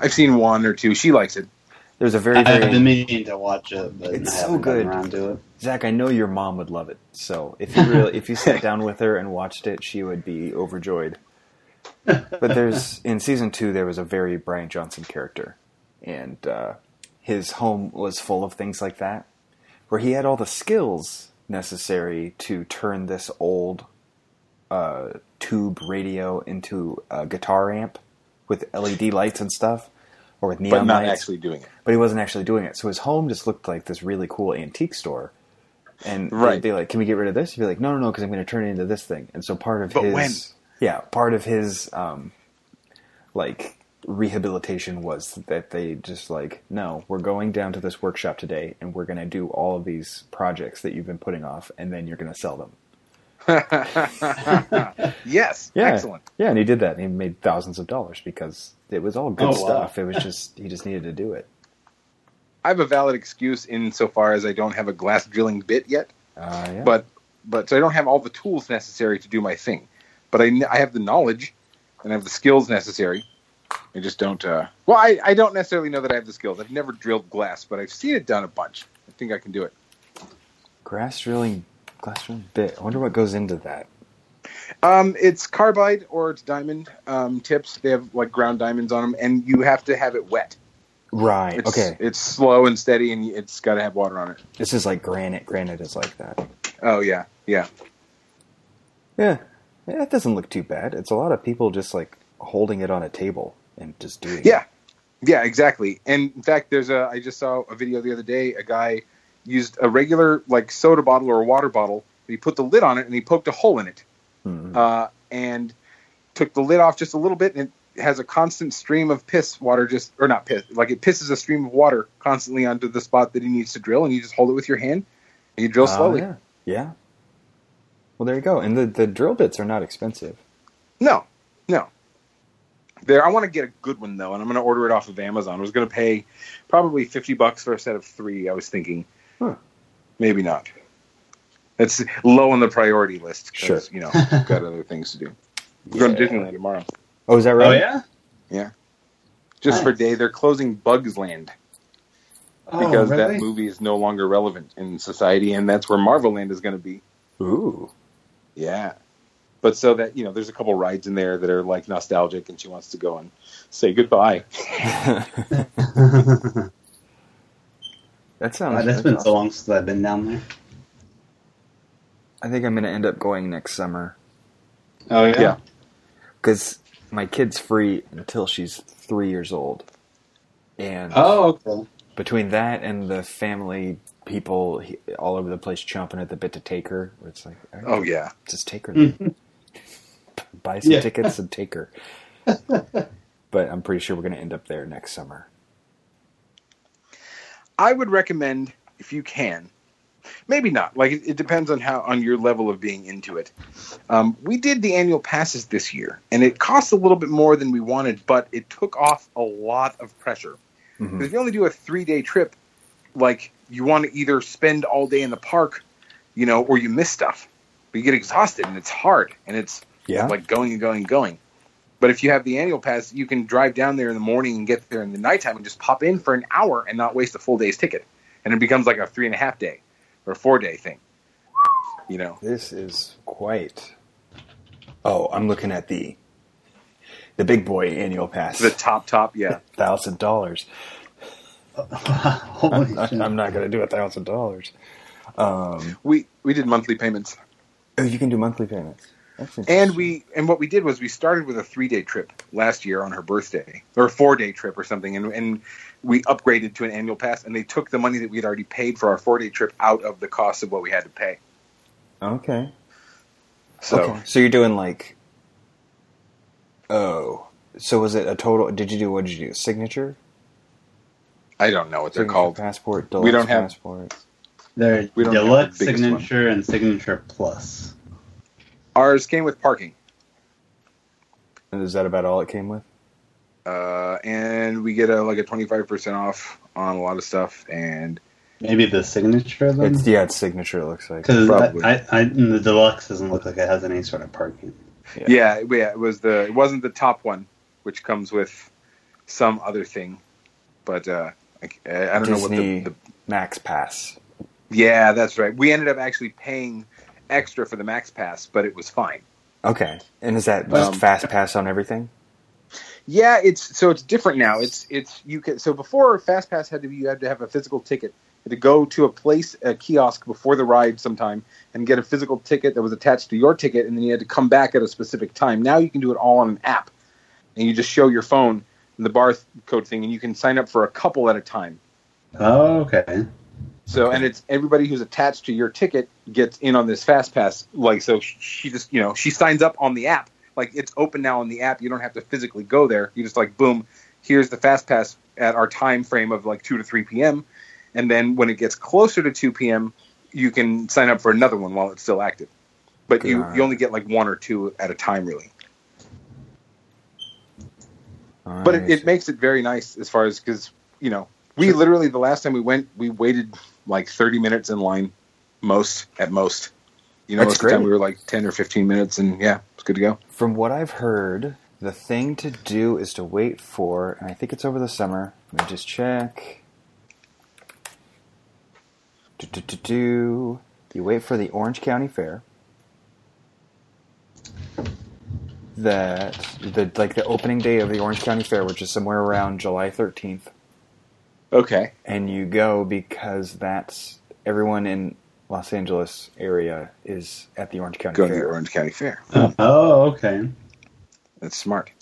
I've seen one or two. She likes it. There's a very I've very been meaning to watch it, but It's I so haven't gotten good. around to it. Zach, I know your mom would love it. So if you really, if you sat down with her and watched it, she would be overjoyed. But there's in season two, there was a very Brian Johnson character, and uh, his home was full of things like that, where he had all the skills necessary to turn this old uh, tube radio into a guitar amp with LED lights and stuff, or with neon But not lights actually doing it. but he wasn't actually doing it. So his home just looked like this really cool antique store and Right. they'd be like, "Can we get rid of this?" He'd be like, "No, no, no, because I'm going to turn it into this thing." And so part of But his, when? yeah, part of his um, like rehabilitation was that they just like, "No, we're going down to this workshop today, and we're going to do all of these projects that you've been putting off, and then you're going to sell them." yes, Yeah, excellent. Yeah, and he did that, and he made thousands of dollars because it was all good Oh, wow. stuff. It was just he just needed to do it. I have a valid excuse insofar as I don't have a glass drilling bit yet, Uh, yeah. but but so I don't have all the tools necessary to do my thing, but I, kn- I have the knowledge and I have the skills necessary. I just don't. Uh, well, I, I don't necessarily know that I have the skills. I've never drilled glass, but I've seen it done a bunch. I think I can do it. grass drilling, glass drilling bit. I wonder what goes into that. Um, it's carbide or it's diamond um, tips. They have like ground diamonds on them, and you have to have it wet. Right. It's, okay. It's slow and steady, and it's got to have water on it. This is like granite. Granite is like that. Oh yeah, yeah. Yeah. Yeah, it doesn't look too bad. It's a lot of people just like holding it on a table and just doing Yeah. it. Yeah, exactly. And in fact, there's a. I just saw a video the other day. A guy used a regular like soda bottle or a water bottle. And he put the lid on it and he poked a hole in it, Mhm. uh, and took the lid off just a little bit, and it has a constant stream of piss water. Just or not piss, like it pisses a stream of water constantly onto the spot that he needs to drill, and you just hold it with your hand and you drill Uh, slowly. yeah. Yeah. Well, there you go. And the, the drill bits are not expensive. No, no. There, I want to get a good one though, and I'm going to order it off of Amazon. I was going to pay probably fifty bucks for a set of three. I was thinking, Huh. maybe not. That's low on the priority list. 'cause, Sure. you know, I've got other things to do. We're going to Yeah. Disneyland tomorrow, Oh, is that right? Oh yeah. just for a Nice. day. They're closing Bugs Land Oh, because that really? movie is no longer relevant in society, and that's where Marvel Land is going to be. Oh, Ooh. Yeah. But so that you know, there's a couple rides in there that are like nostalgic, and she wants to go and say goodbye. Wow, that sounds. that's been so long since I've been down there. I think I'm going to end up going next summer Oh yeah. Yeah. because my kid's free until she's three years old, and Oh okay. between that and the family people he- all over the place chomping at the bit to take her, where it's like, all right, Oh yeah. just take her. Mm. then. Buy some Yeah. tickets and take her. but I'm pretty sure we're going to end up there next summer. I would recommend if you can. Maybe not. Like it, it depends on how on your level of being into it. Um, we did the annual passes this year, and it cost a little bit more than we wanted, but it took off a lot of pressure. Hmm. Mm-hmm. 'Cause if you only do a three day trip, like you want to either spend all day in the park, you know, or you miss stuff. But you get exhausted, and it's hard, and it's Yeah. like going and going and going. But if you have the annual pass, you can drive down there in the morning and get there in the nighttime and just pop in for an hour and not waste a full day's ticket. And it becomes like a three and a half day or a four day thing. You know? This is quite. Oh, I'm looking at the the big boy annual pass, The top top, yeah. thousand dollars. Holy I'm shit. I'm not going to do a thousand dollars. Um, We we did monthly payments. oh, you can do monthly payments. That's And interesting. we and what we did was we started with a three day trip last year on her birthday. Or a four day trip or something, and and we upgraded to an annual pass and they took the money that we had already paid for our four day trip out of the cost of what we had to pay. okay. So okay. so you're doing like oh so was it a total did you do what did you do signature I don't know what they're Signature called. passport We don't deluxe have- passport They're We don't have the deluxe biggest one. signature and signature plus. Ours came with parking. And is that about all it came with uh, and we get a like a twenty five percent off on a lot of stuff. And Maybe the signature of them. it's yeah it's signature it looks like Because Probably. I, I, I, and the deluxe doesn't look like it has any sort of parking. yeah. yeah, it was the it wasn't the top one, which comes with some other thing, but uh, I, I don't Disney know what the, the max pass yeah, that's right. We ended up actually paying extra for the Max Pass, but it was fine. okay and is that just Um, fast pass on everything Yeah, it's so it's different now. It's it's you can so before Fast Pass had to be you had to have a physical ticket. You had to go to a place a kiosk before the ride sometime and get a physical ticket that was attached to your ticket, and then you had to come back at a specific time. Now you can do it all on an app, and you just show your phone and the barcode thing, and you can sign up for a couple at a time. Oh, okay. So and it's everybody who's attached to your ticket gets in on this fast pass. Like so, sh- she just you know she signs up on the app. Like it's open now on the app. You don't have to physically go there. You just like boom, here's the fast pass at our time frame of like two to three p.m. And then when it gets closer to two p.m., you can sign up for another one while it's still active. But you, God. you only get like one or two at a time, really. But it, it makes it very nice as far as because you know we literally the last time we went we waited like thirty minutes in line, most at most. You know, That's most of the time great. we were like ten or fifteen minutes, and yeah, it's good to go. From what I've heard, the thing to do is to wait for, and I think it's over the summer. Let me just check. Do, do, do, do. You wait for the Orange County Fair. That the like the opening day of the Orange County Fair, which is somewhere around July thirteenth, Okay, and you go because that's everyone in Los Angeles area is at the Orange County go to the Fair Orange County Fair. Oh, okay. That's smart.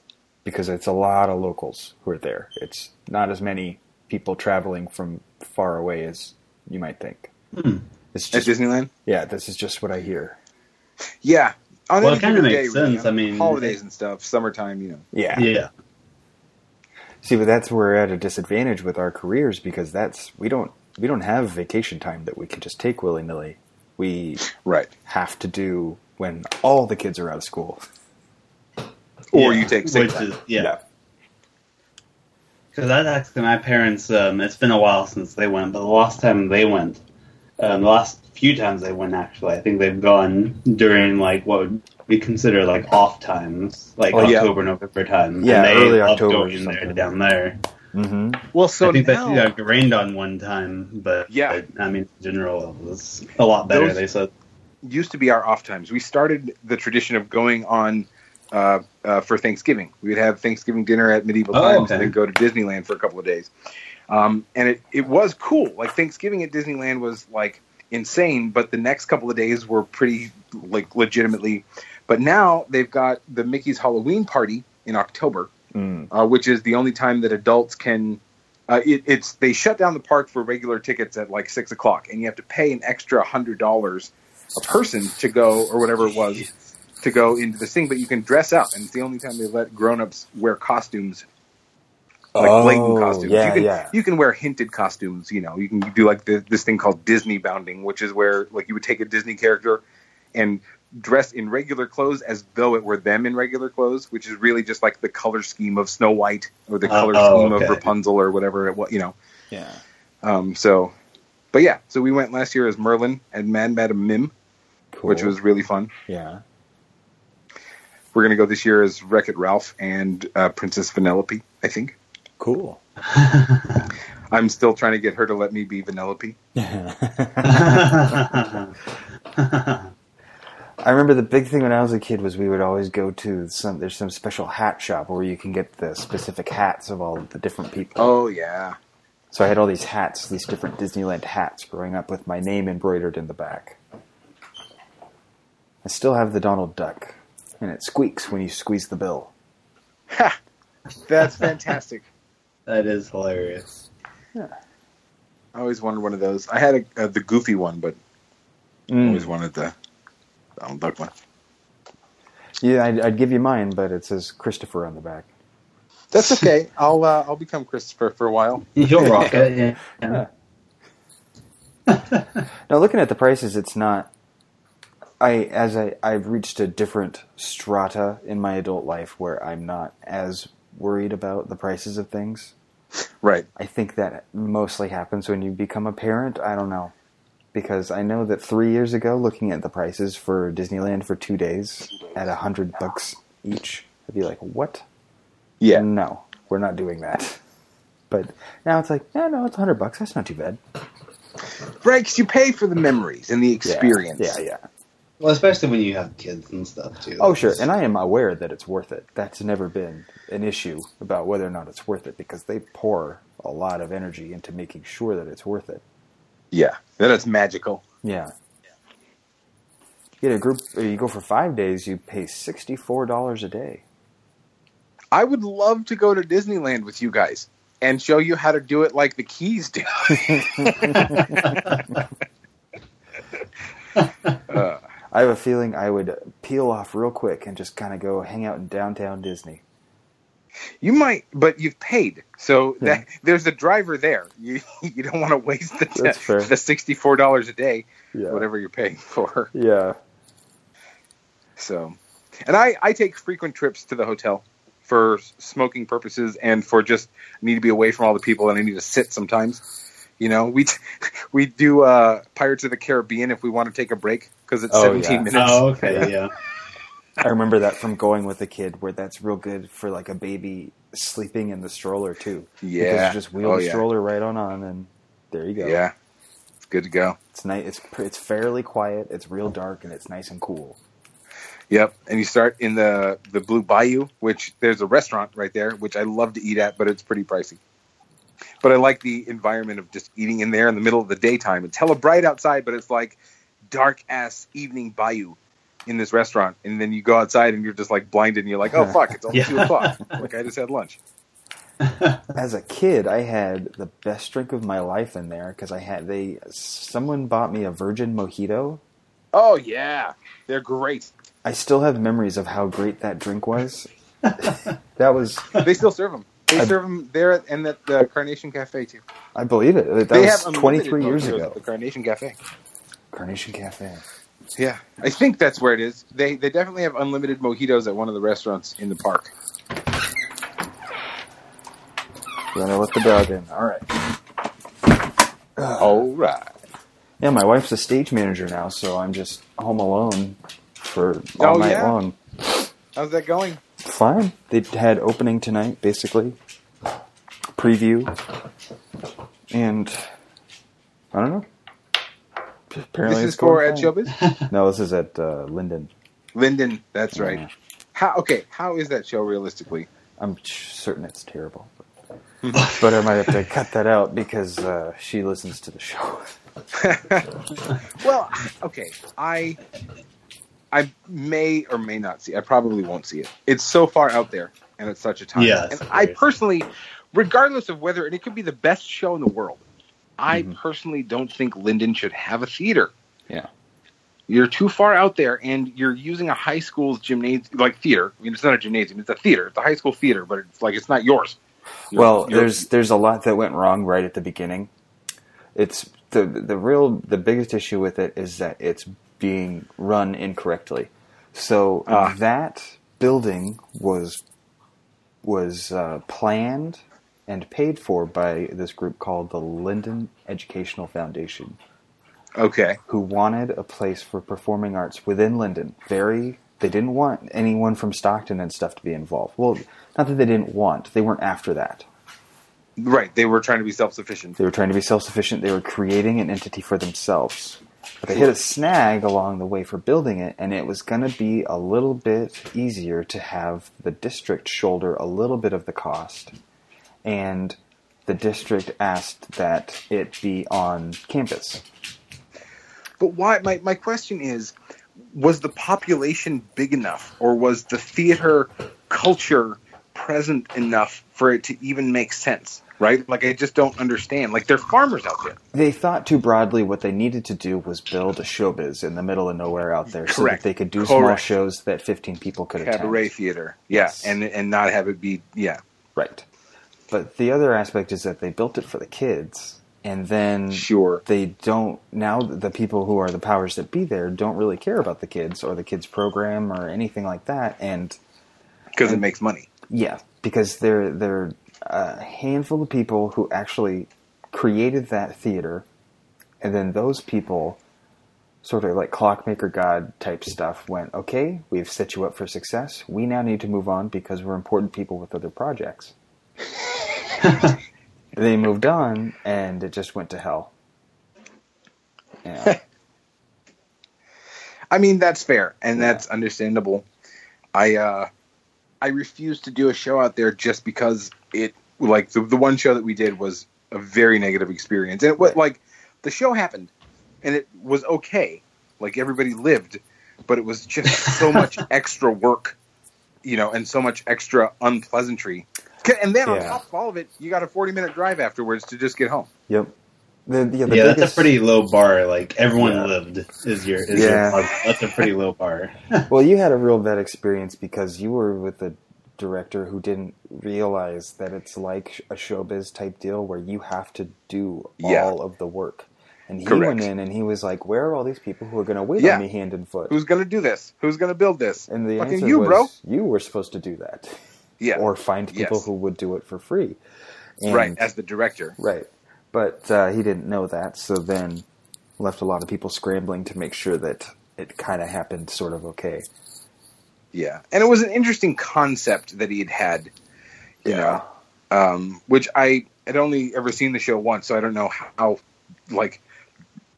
because it's a lot of locals who are there. It's not as many people traveling from far away as you might think. Hmm. It's At just Disneyland. yeah, this is just what I hear. Yeah. On Well, any it kinda given makes really, sense. on I mean, holidays and stuff, summertime, you know. Yeah. Yeah. See, but that's where we're at a disadvantage with our careers because that's we don't we don't have vacation time that we can just take willy nilly. We Right. have to do when all the kids are out of school. Or Yeah. you take sick Which time. is, yeah. Because I asked my parents, um, it's been a while since they went, but the last time they went, um, the last few times they went, actually, I think they've gone during like what would be considered like off times, like Oh, yeah. October, November time. Yeah, and they early love October or going there something. down there. hmm Well, so I think now, they got rained on one time, but Yeah. but, I mean, in general, it was a lot better. Those- they said, used to be our off times. We started the tradition of going on uh, uh, for Thanksgiving. We would have Thanksgiving dinner at medieval Oh, times okay. and then go to Disneyland for a couple of days. Um, and it, it was cool. Like Thanksgiving at Disneyland was like insane, but the next couple of days were pretty like legitimately. But now they've got the Mickey's Halloween party in October, Mm. uh, which is the only time that adults can. Uh, it, it's they shut down the park for regular tickets at like six o'clock, and you have to pay an extra hundred dollars a person to go or whatever it was to go into this thing. But you can dress up, and it's the only time they let grown-ups wear costumes, like blatant Oh, costumes. yeah, you can yeah. you can wear hinted costumes. You know, you can do like the, this thing called Disney bounding, which is where like you would take a Disney character and dress in regular clothes as though it were them in regular clothes, which is really just like the color scheme of Snow White or the Uh, color oh, scheme okay. of Rapunzel or whatever it was, you know. Yeah. Um, so, but yeah, so we went last year as Merlin and Mad Madam Mim, Cool. which was really fun. yeah. We're going to go this year as Wreck It Ralph and uh, Princess Vanellope, I think. Cool. I'm still trying to get her to let me be Vanellope. I remember the big thing when I was a kid was we would always go to some there's some special hat shop where you can get the specific hats of all the different people. Oh, yeah. So I had all these hats, these different Disneyland hats growing up with my name embroidered in the back. I still have the Donald Duck and it squeaks when you squeeze the bill. That's fantastic. that is hilarious. I always wanted one of those. I had a, uh, the goofy one, but Hmm. I always wanted the Donald Duck one. Yeah, I'd, I'd give you mine, but it says Christopher on the back. That's okay. I'll uh, I'll become Christopher for a while. You'll rock it. Yeah. yeah. Now, looking at the prices, it's not. I as I I've reached a different strata in my adult life where I'm not as worried about the prices of things. Right. I think that mostly happens when you become a parent. I don't know because I know that three years ago, looking at the prices for Disneyland for two days at a hundred bucks each, I'd be like, "What? Yeah. No, we're not doing that." But now it's like, no, no, it's hundred bucks. That's not too bad. Right, 'cause you pay for the memories and the Yeah. experience. Yeah, yeah. Well, especially when you have kids and stuff too. Oh, sure. And I am aware that it's worth it. That's never been an issue about whether or not it's worth it because they pour a lot of energy into making sure that it's worth it. Yeah. Then it's magical. Yeah. You get a group, or you go for five days, you pay $64 a day. I would love to go to Disneyland with you guys. and show you how to do it like the keys do. Uh, I have a feeling I would peel off real quick and just kind of go hang out in downtown Disney. you might, but you've paid, so Yeah. that, there's a driver there. You you don't want to waste the That's fair. the sixty four dollars a day, Yeah. whatever you're paying for. Yeah. So, and I, I take frequent trips to the hotel for s- smoking purposes and for just need to be away from all the people and I need to sit sometimes. You know, we t- we do uh, Pirates of the Caribbean if we want to take a break because it's Oh, 17 yeah. minutes. Oh, okay, yeah. I remember that from going with a kid, where that's real good for like a baby sleeping in the stroller too. Because Yeah. you just wheel Oh, the yeah. stroller right on on, and there you go. Yeah. It's good to go. It's nice. It's pr- it's fairly quiet. It's real dark, and it's nice and cool. Yep. And you start in the the Blue Bayou, which there's a restaurant right there, which I love to eat at, but it's pretty pricey. But I like the environment of just eating in there in the middle of the daytime. It's hella bright outside, but it's like dark ass evening bayou in this restaurant. And then you go outside and you're just like blinded and you're like, oh fuck, it's only Yeah. two o'clock. Like I just had lunch. As a kid, I had the best drink of my life in there because I had they someone bought me a virgin mojito. Oh yeah. They're great. I still have memories of how great that drink was. that was, They still serve them. They I- serve them there and at the Carnation Cafe too. I believe it. That they was have unlimited 23 years mojitos at ago. the Carnation Cafe. Carnation Cafe. Yeah, I think that's where it is. They they definitely have unlimited mojitos at one of the restaurants in the park. You want to let the dog in? All right. Uh-huh. All right. Yeah, my wife's a stage manager now, so I'm just home alone for all Oh, night yeah? long. How's that going? Fine. They had opening tonight, basically. Preview. And I don't know. Apparently, this it's is for going at fine. Showbiz. No, this is at uh, Linden. Linden, that's right. Yeah. How okay? How is that show realistically? I'm ch- certain it's terrible. but I might have to cut that out because uh, she listens to the show. Well, okay, I I may or may not see. I probably won't see it. It's so far out there, and it's such a time. Yeah, and it's I weird. personally, regardless of whether, and it could be the best show in the world. I personally don't think Linden should have a theater. Yeah. You're too far out there, and you're using a high school's gymnasium, like theater. I mean, it's not a gymnasium; it's a theater. It's a high school theater, but it's like it's not yours. You're- well, you're- there's there's a lot that went wrong right at the beginning. It's the the real the biggest issue with it is that it's being run incorrectly. So uh, Ah. that building was was uh, planned and paid for by this group called the Linden Educational Foundation, okay. who wanted a place for performing arts within Linden. Very they didn't want anyone from Stockton and stuff to be involved. Well, not that they didn't want; they weren't after that. Right, they were trying to be self-sufficient. They were trying to be self sufficient. They were creating an entity for themselves. But they hit a snag along the way for building it, and it was going to be a little bit easier to have the district shoulder a little bit of the cost. And the district asked that it be on campus. But why? My, my question is was the population big enough, or was the theater culture present enough for it to even make sense? Right? Like, I just don't understand. Like, they're farmers out there. They thought too broadly what they needed to do was build a showbiz in the middle of nowhere out there so that Correct. they could do small Correct. shows that 15 people could attend. Cabaret theater. Yeah. Yes. And, and not have it be, yeah. Right. But the other aspect is that they built it for the kids, and then Sure. they don't. Now the people who are the powers that be there don't really care about the kids or the kids program or anything like that. And Because it makes money. yeah, because they're they're a handful of people who actually created that theater, and then those people, sort of like clockmaker god type stuff, went okay, we've set you up for success. We now need to move on because we're important people with other projects. they moved on, and it just went to hell. Yeah. I mean, that's fair and that's understandable. I uh, I refuse to do a show out there just because it like the, the one show that we did was a very negative experience, and it was Right. like the show happened and it was okay, like everybody lived, but it was just so much extra work, you know, and so much extra unpleasantry And then on Yeah. top of all of it, you got a 40 minute drive afterwards to just get home. Yep. The, yeah, the yeah, that's biggest- a pretty low bar. Like everyone Yeah. lived is your is Yeah. your plug. That's a pretty low bar. Well, you had a real bad experience because you were with a director who didn't realize that it's like a showbiz type deal where you have to do Yeah. all of the work. And he Correct. went in and he was like, "Where are all these people who are going to wait Yeah. on me hand and foot?" Who's going to do this? Who's going to build this? and the fucking answer you, was, bro. "You were supposed to do that, Yeah. or find people Yes. who would do it for free." And- right. As the director. Right. But uh, he didn't know that, so then left a lot of people scrambling to make sure that it kind of happened sort of okay. Yeah. And it was an interesting concept that he had had, you know, um, which I had only ever seen the show once, so I don't know how, like,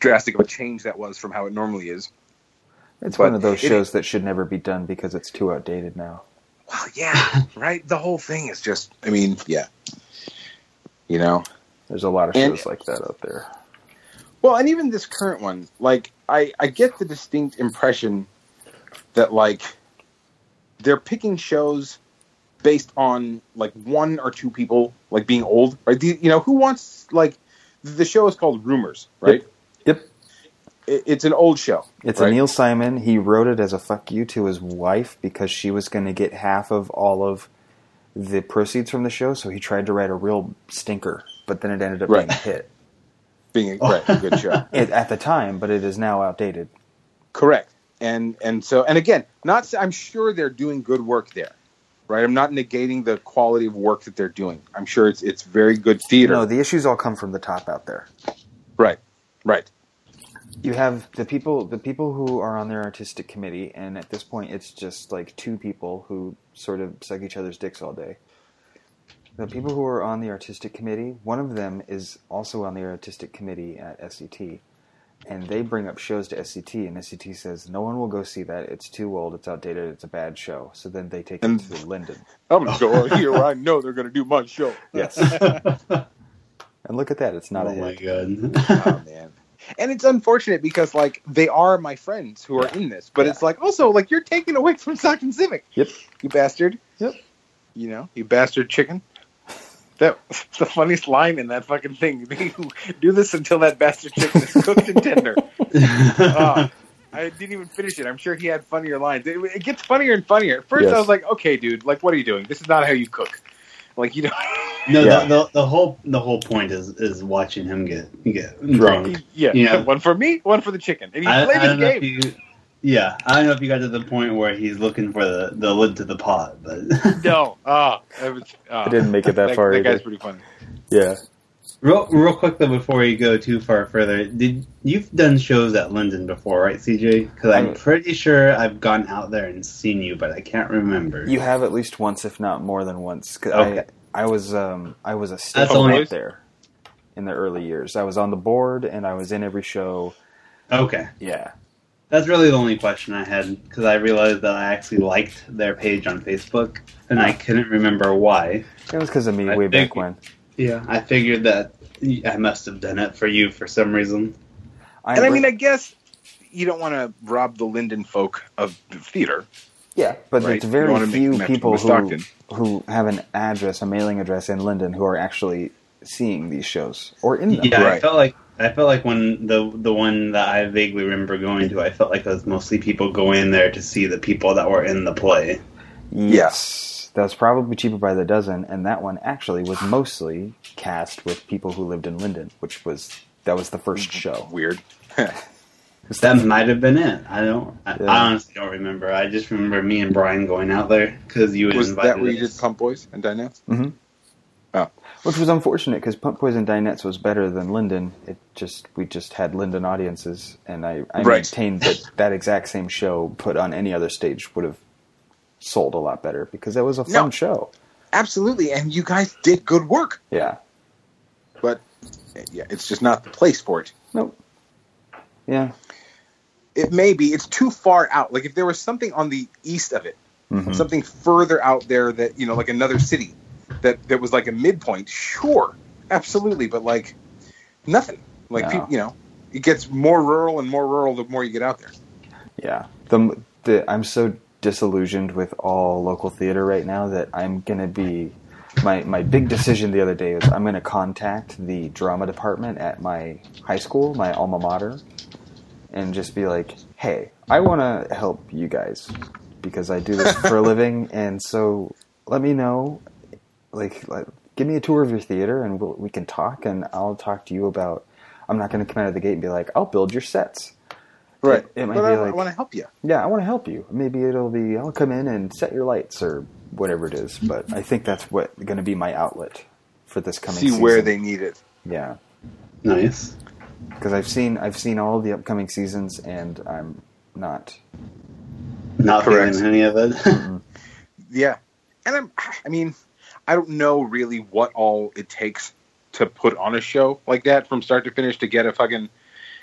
drastic of a change that was from how it normally is. It's But one of those it- shows that should never be done because it's too outdated now. Well, yeah, right. The whole thing is just. I mean, yeah. You know. There's a lot of And- shows like that out there. Well, and even this current one, like I, I get the distinct impression that like they're picking shows based on like one or two people like being old, right? The- you know, who wants like the show is called Rumors, right? Yep. It, it's an old show. It's right? a Neil Simon. He wrote it as a fuck you to his wife because she was going to get half of all of the proceeds from the show, so he tried to write a real stinker, but then it ended up Right. being a hit being a, Oh. right, a good show. it, at the time, but it is now outdated. Correct. And and so and again, not s- I'm sure they're doing good work there. Right? I'm not negating the quality of work that they're doing. I'm sure it's it's very good theater. No, the issues all come from the top out there. right. Right. you have the people the people who are on their artistic committee and at this point it's just like two people who sort of suck each other's dicks all day the people who are on the artistic committee one of them is also on the artistic committee at SCT and they bring up shows to SCT and SCT says no one will go see that it's too old it's outdated it's a bad show so then they take And- it to Linden I'm gonna go over here where I know they're gonna do my show. yes and look at that it's not oh a my hit god. Oh man. And it's unfortunate because like they are my friends who are in this, but it's like also like you're taking away from Sock and Civic. Yep. You bastard. Yep. You know, you bastard chicken. That the funniest line in that fucking thing. do this until that bastard chicken is cooked and tender. Ah, I didn't even finish it. I'm sure he had funnier lines. It, it gets funnier and funnier. At first, Yes. I was like, "Okay, dude, like, what are you doing? This is not how you cook." Like, you know, no, Yeah. the, the the whole the whole point is is watching him get get drunk. yeah, Yeah. one for me, one for the chicken, and he I, played I his don't know game. if you. Yeah, I don't know if you got to the point where he's looking for the, the lid to the pot, but No, ah, that was, ah. I didn't make it that that, far that guy's either. pretty funny. yeah real real quick though, before you go too far further, did you've done shows at Linden before, right, CJ? Because I'm Um, pretty sure I've gone out there and seen you, but I can't remember. You have at least once, if not more than once. 'Cause Okay. I, I was um, I was a staple only- out there in the early years. I was on the board and I was in every show. okay, Yeah, That's really the only question I had because I realized that I actually liked their page on Facebook and I couldn't remember why. it was because of me I way think- back when. Yeah, I figured that I must have done it for you for some reason. And I mean, I guess you don't want to rob the Linden folk of theater, yeah, but right? it's You don't very wanna make few them have to people with who Stockton. who have an address, a mailing address in Linden, who are actually seeing these shows or in them. Yeah, I Right. felt like I felt like when the the one that I vaguely remember going to, I felt like it was mostly people going there to see the people that were in the play. Yes, that was probably cheaper by the dozen, and that one actually was mostly cast with people who lived in Linden, which was that was the first Mm-hmm. show. Weird. That might have been it. I don't. I, Yeah. I honestly don't remember. I just remember me and Brian going out there because you had Was invited that where you us. did Pump Boys and Dinettes? Which was unfortunate because Pump Poison Dinettes was better than Linden. It just we just had Linden audiences, and I, I Right. maintained that that exact same show put on any other stage would have sold a lot better because that was a fun No. show. Absolutely, and you guys did good work, Yeah. but yeah, it's just not the place for it. Nope. Yeah. It may be it's too far out. Like if there was something on the east of it, Mhm. something further out there that you know, like another city that that was like a midpoint. Sure, absolutely, but like nothing. Like No. peop you know, it gets more rural and more rural the more you get out there. Yeah. The, the I'm so disillusioned with all local theater right now that I'm gonna be my my big decision the other day was I'm going to contact the drama department at my high school, my alma mater, and just be like, "Hey, I want to help you guys because I do this for a living, and so let me know, like, like give me a tour of your theater, and we'll, we can talk, and I'll talk to you about. I'm not going to come out of the gate and be like, I'll build your sets. Right. It- it might but be I, like- want to help you. Yeah, I want to help you. Maybe it'll be I'll come in and set your lights or whatever it is. But I think that's what going to be my outlet for this coming. See season. where they need it. yeah Nice. because I've seen I've seen all the upcoming seasons and I'm not Not Correct. feeling any of it. Yeah. And I'm, I mean, I don't know really what all it takes to put on a show like that from start to finish to get a fucking,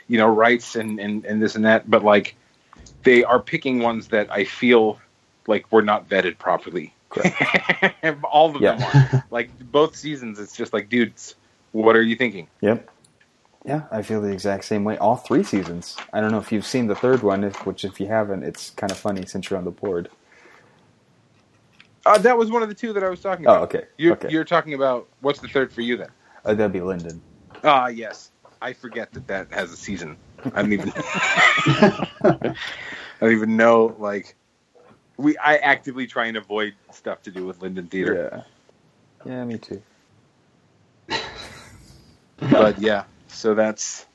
you know, rights and, and, and this and that. But like, they are picking ones that I feel like were not vetted properly. all of them Yeah. are. Like, both seasons, it's just like, dudes, what are you thinking? Yep. Yeah, I feel the exact same way. All three seasons. I don't know if you've seen the third one, if, which if you haven't, it's kind of funny since you're on the board. Uh, that was one of the two that I was talking about. Oh, okay. You're, okay. you're talking about what's the third for you then? Uh, that'd be Lyndon. Ah, yes. I forget that that has a season. I don't even. I don't even know. Like, we I actively try and avoid stuff to do with Linden Theater. Yeah. Yeah, me too. But yeah, so that's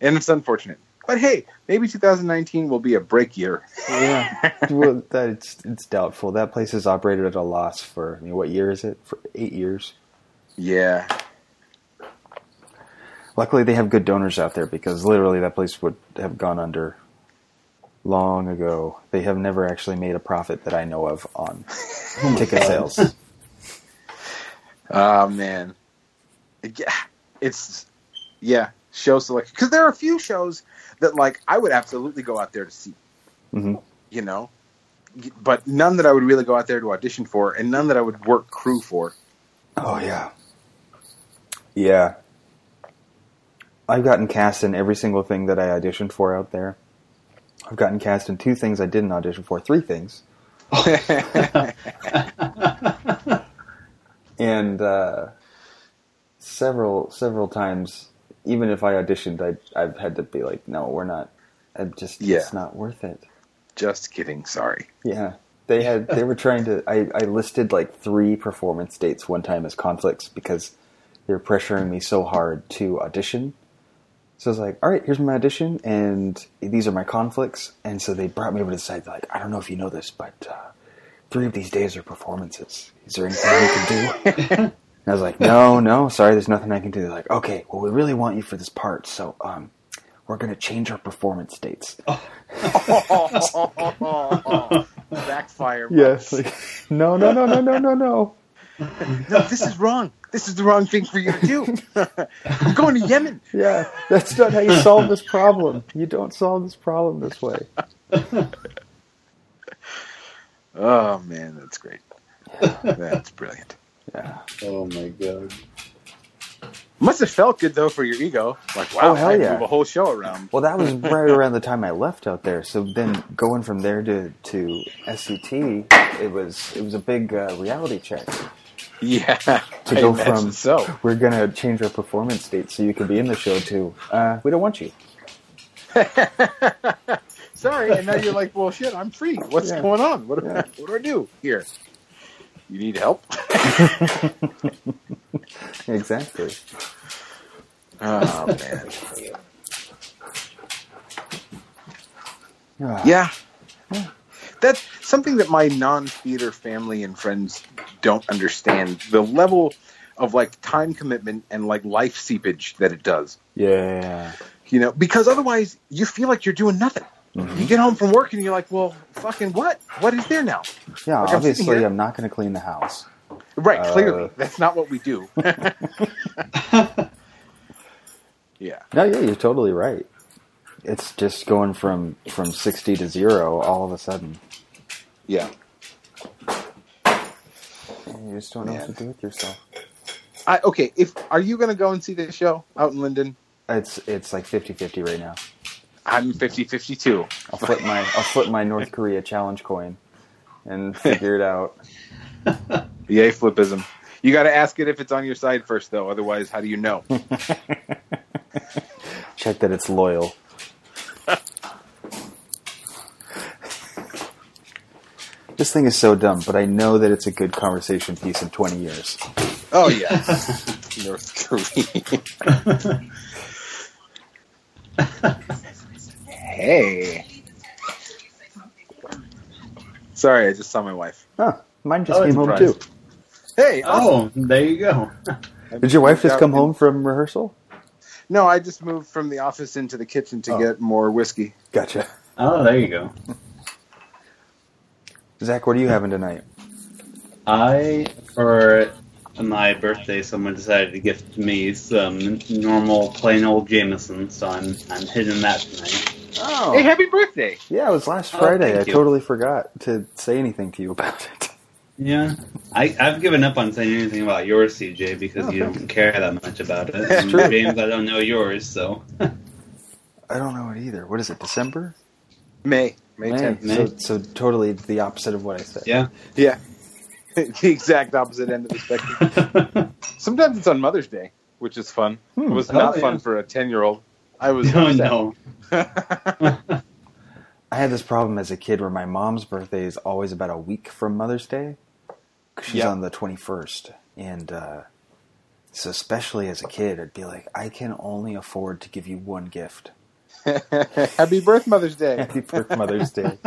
and it's unfortunate. But hey, maybe 2019 will be a break year. Yeah. well, that it's, it's doubtful. That place has operated at a loss for, I mean, what year is it? For eight years. Yeah, Luckily, they have good donors out there because literally that place would have gone under long ago. They have never actually made a profit that I know of on ticket sales. Oh man, Yeah, it's yeah show selection because there are a few shows that like I would absolutely go out there to see, Mhm. you know, but none that I would really go out there to audition for, and none that I would work crew for. Oh yeah. Yeah. I've gotten cast in every single thing that I auditioned for out there. I've gotten cast in two things I didn't audition for, three things. And uh, several several times even if I auditioned I I've had to be like, no, we're not i just Yeah. it's not worth it. Just kidding, sorry. Yeah. They had they were trying to I, I listed like three performance dates one time as conflicts because they were pressuring me so hard to audition. So I was like, all right, here's my audition and these are my conflicts. And so they brought me over to the side, like, I don't know if you know this, but uh, three of these days are performances. Is there anything we can do? and I was like, no, no, sorry, there's nothing I can do. They're like, okay, well, we really want you for this part, so um, we're going to change our performance dates. Backfire. Yes. Like, no, no, no, no, no, no, no. No, this is wrong. This is the wrong thing for you to do. I'm going to Yemen. Yeah, that's not how you solve this problem. You don't solve this problem this way. Oh man, that's great. That's brilliant. Yeah. oh my god. Must have felt good though for your ego. Like wow, Oh, hell I yeah. move a whole show around. Well, that was right around the time I left out there. So then going from there to to SCT, it was it was a big uh, reality check. Yeah, To I go imagine from- so. We're gonna change our performance date so you can be in the show too. Uh, we don't want you. Sorry, and now you're like, well, shit, I'm free. What's Yeah. going on? What do, Yeah. what do I do here? You need help. Exactly. Oh man, Ah, yeah. That's something that my non-theater family and friends don't understand. The level of like time commitment and like life seepage that it does. Yeah. You know, because otherwise you feel like you're doing nothing. Mm-hmm. You get home from work and you're like, well, fucking what? What is there now? Like, Yeah. I'm sitting obviously, here- I'm not gonna clean the house. Right, Uh, clearly. That's not what we do. yeah. No, yeah, you're totally right. It's just going from from sixty to zero all of a sudden. Yeah. You just don't know Man. what to do with yourself. I, okay, if are you going to go and see this show out in Linden? It's it's like 50-50 right now. I'm 50-52. I'll flip my I'll flip my North Korea challenge coin and figure it out. Yay flipism. You got to ask it if it's on your side first, though. Otherwise, how do you know? Check that it's loyal. this thing is so dumb, but I know that it's a good conversation piece in 20 years. Oh yeah, North Korea. hey. Sorry, I just saw my wife. Huh. Mine just Oh, came it's home surprised. too. Hey. Oh, there you go. awesome. Did your wife just Yeah, come home from rehearsal? No, I just moved from the office into the kitchen to Oh. get more whiskey. Gotcha. Oh, there you go. Zach, what are you having tonight? I, for my birthday, someone decided to gift me some normal plain old Jameson, so I'm I'm hitting that tonight. Oh. Hey, happy birthday! Yeah, it was last Oh, Friday. thank I you. totally forgot to say anything to you about it. Yeah, I I've given up on saying anything about yours, CJ, because Oh, you thanks. don't care that much about it. That's And true. James, I don't know yours, so I don't know it either. What is it, December? May May May. tenth. May. So, so totally the opposite of what I said. yeah. Yeah, the exact opposite end of the spectrum. Sometimes it's on Mother's Day, which is fun. Hmm. It was Oh, not yeah. fun for a ten-year-old. I was no, upset. no. I had this problem as a kid where my mom's birthday is always about a week from Mother's Day. 'cause She's Yeah. on the 21st. And uh, so, especially as a kid, I'd be like, I can only afford to give you one gift. Happy birth, Mother's Day. Happy birth, Mother's Day.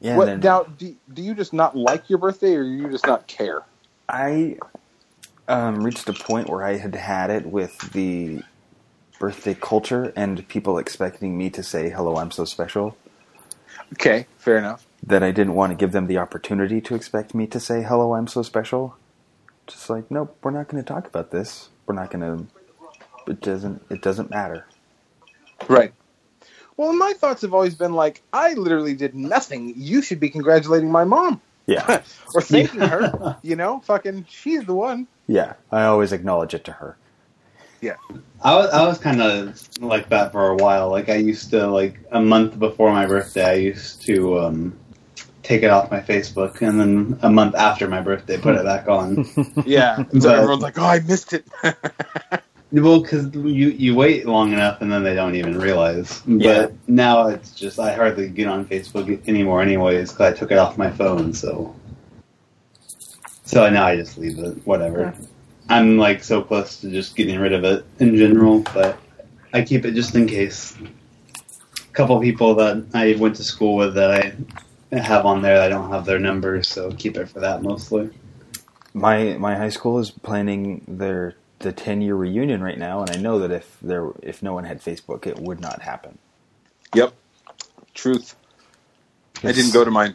Yeah, what and then now? Do, do you just not like your birthday, or you just not care? I um, reached a point where I had had it with the birthday culture and people expecting me to say, hello, I'm so special. Okay, fair enough. that I didn't want to give them the opportunity to expect me to say, hello, I'm so special. Just like, nope, we're not going to talk about this. We're not going to, it doesn't, it doesn't matter. Right. Well, my thoughts have always been like, I literally did nothing. You should be congratulating my mom Yeah. or thanking her. You know, fucking, she's the one. yeah. I always acknowledge it to her. I was I was kind of like that for a while. Like I used to like a month before my birthday, I used to um, take it off my Facebook, and then a month after my birthday, put it back on. Yeah. So But- everyone's like, oh, I missed it. well, because you you wait long enough, and then they don't even realize. But Yeah. now it's just I hardly get on Facebook anymore, anyways, because I took it off my phone. So so now I just leave it. Whatever. I'm like so close to just getting rid of it in general, but I keep it just in case. A couple people that I went to school with that I have on there, I don't have their numbers, so keep it for that mostly. My, my high school is planning their, the 10 year reunion right now. And I know that if there, if no one had Facebook, it would not happen. yep. Truth. I didn't go to mine.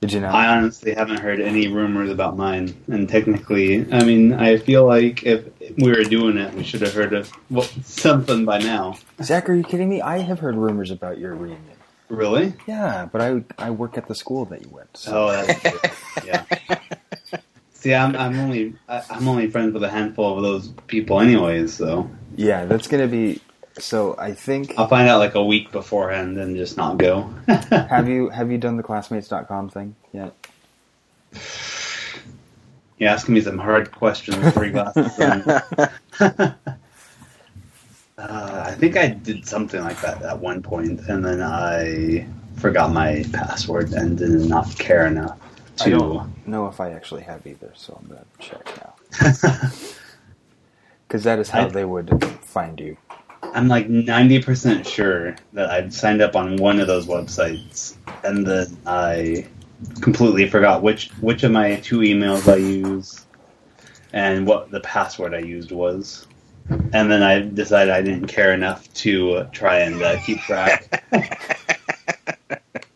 Did you know? I honestly haven't heard any rumors about mine, and technically, I mean, I feel like if we were doing it, we should have heard of well, something by now. Zach, are you kidding me? I have heard rumors about your reunion. Really? Yeah, but I, I work at the school that you went. So. Oh, that's true. yeah. See, I'm, I'm only I- I'm only friends with a handful of those people, anyways. So Yeah, that's gonna be. So I think I'll find out like a week beforehand and just not go. have you have you done the classmates.com thing yet? You're asking me some hard questions, three glasses. in. Uh, I think I did something like that at one point, and then I forgot my password and did not care enough to. I don't know if I actually have either, so I'm gonna check now. Because that is how I- they would find you. I'm like 90% sure that I'd signed up on one of those websites, and then I completely forgot which which of my two emails I used and what the password I used was. And then I decided I didn't care enough to uh, try and uh, keep track.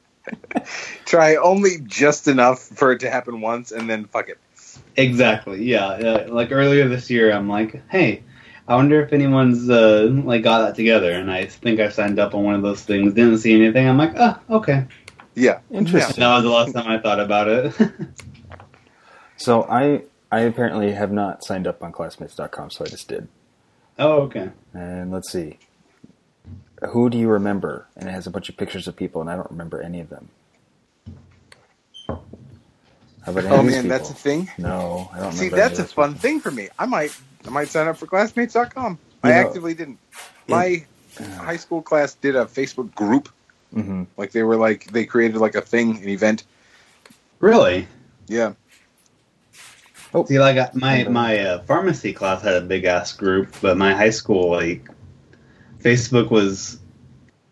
Try only just enough for it to happen once and then fuck it. Exactly. Yeah. Uh, like earlier this year, I'm like, hey, I wonder if anyone's uh, like got that together. And I think I signed up on one of those things. Didn't see anything. I'm like, oh, okay. Yeah. And Interesting. that was the last time I thought about it. So I I apparently have not signed up on classmates.com, so I just did. oh, okay. And let's see. Who do you remember? And it has a bunch of pictures of people, and I don't remember any of them. How about Oh these man, that's a people? thing. no. I don't See, remember any that's of a those fun people. thing for me. I might I might sign up for classmates.com. I You know- actively didn't. My high school class did a Facebook group. Mhm. Like they were like they created like a thing, an event. Really? Yeah. See, like I- my Mhm. my uh, pharmacy class had a big ass group, but my high school like Facebook was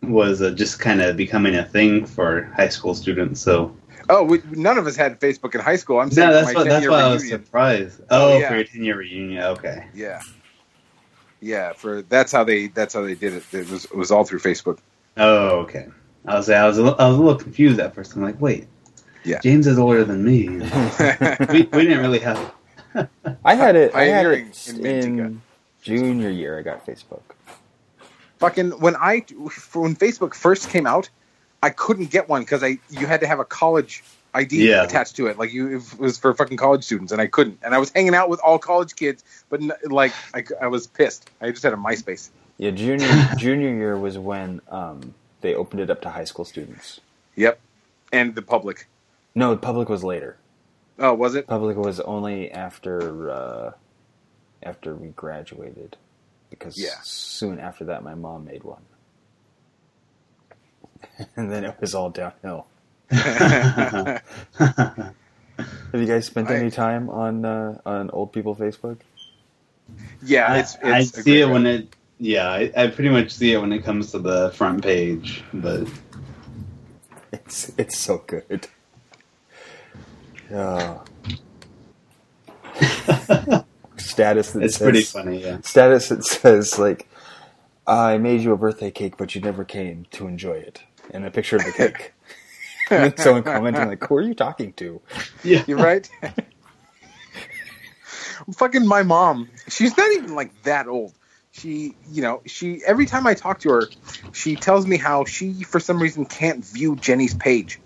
was uh, just kind of becoming a thing for high school students. So Oh, we, none of us had Facebook in high school. I'm saying no, that's my what that's 10-year why I was reunion. surprised. Oh, Oh, yeah. for your ten year reunion, okay. Yeah. Yeah, for that's how they that's how they did it. It was it was all through Facebook. Oh, okay. I was I was a, li- I was a little confused at first. I'm like, wait, Yeah. James is older than me. we, we didn't really have. I had it. I had Pioneering it in in, Bentica. junior year. I got Facebook. Fucking when I when Facebook first came out, I couldn't get one because I you had to have a college ID Yeah. attached to it. Like you, it was for fucking college students, and I couldn't. And I was hanging out with all college kids, but n- like I, I was pissed. I just had a MySpace. Yeah, junior junior year was when um, they opened it up to high school students. Yep, and the public. No, public was later. Oh, was it? Public was only after uh, after we graduated, because Yeah. soon after that my mom made one, and then it was all downhill. Have you guys spent I- any time on uh, on old people Facebook? Yeah, I, it's. it's I a see great it when it. Yeah, I, I pretty much see it when it comes to the front page, but It's it's so good. Oh. status that it's says, pretty funny. Yeah. Status that says like, I made you a birthday cake, but you never came to enjoy it, and a picture of the cake. and then someone commenting like, "Who are you talking to?" Yeah. You're right. Fucking my mom. She's not even like that old. She, you know, she every time I talk to her, she tells me how she for some reason can't view Jenny's page.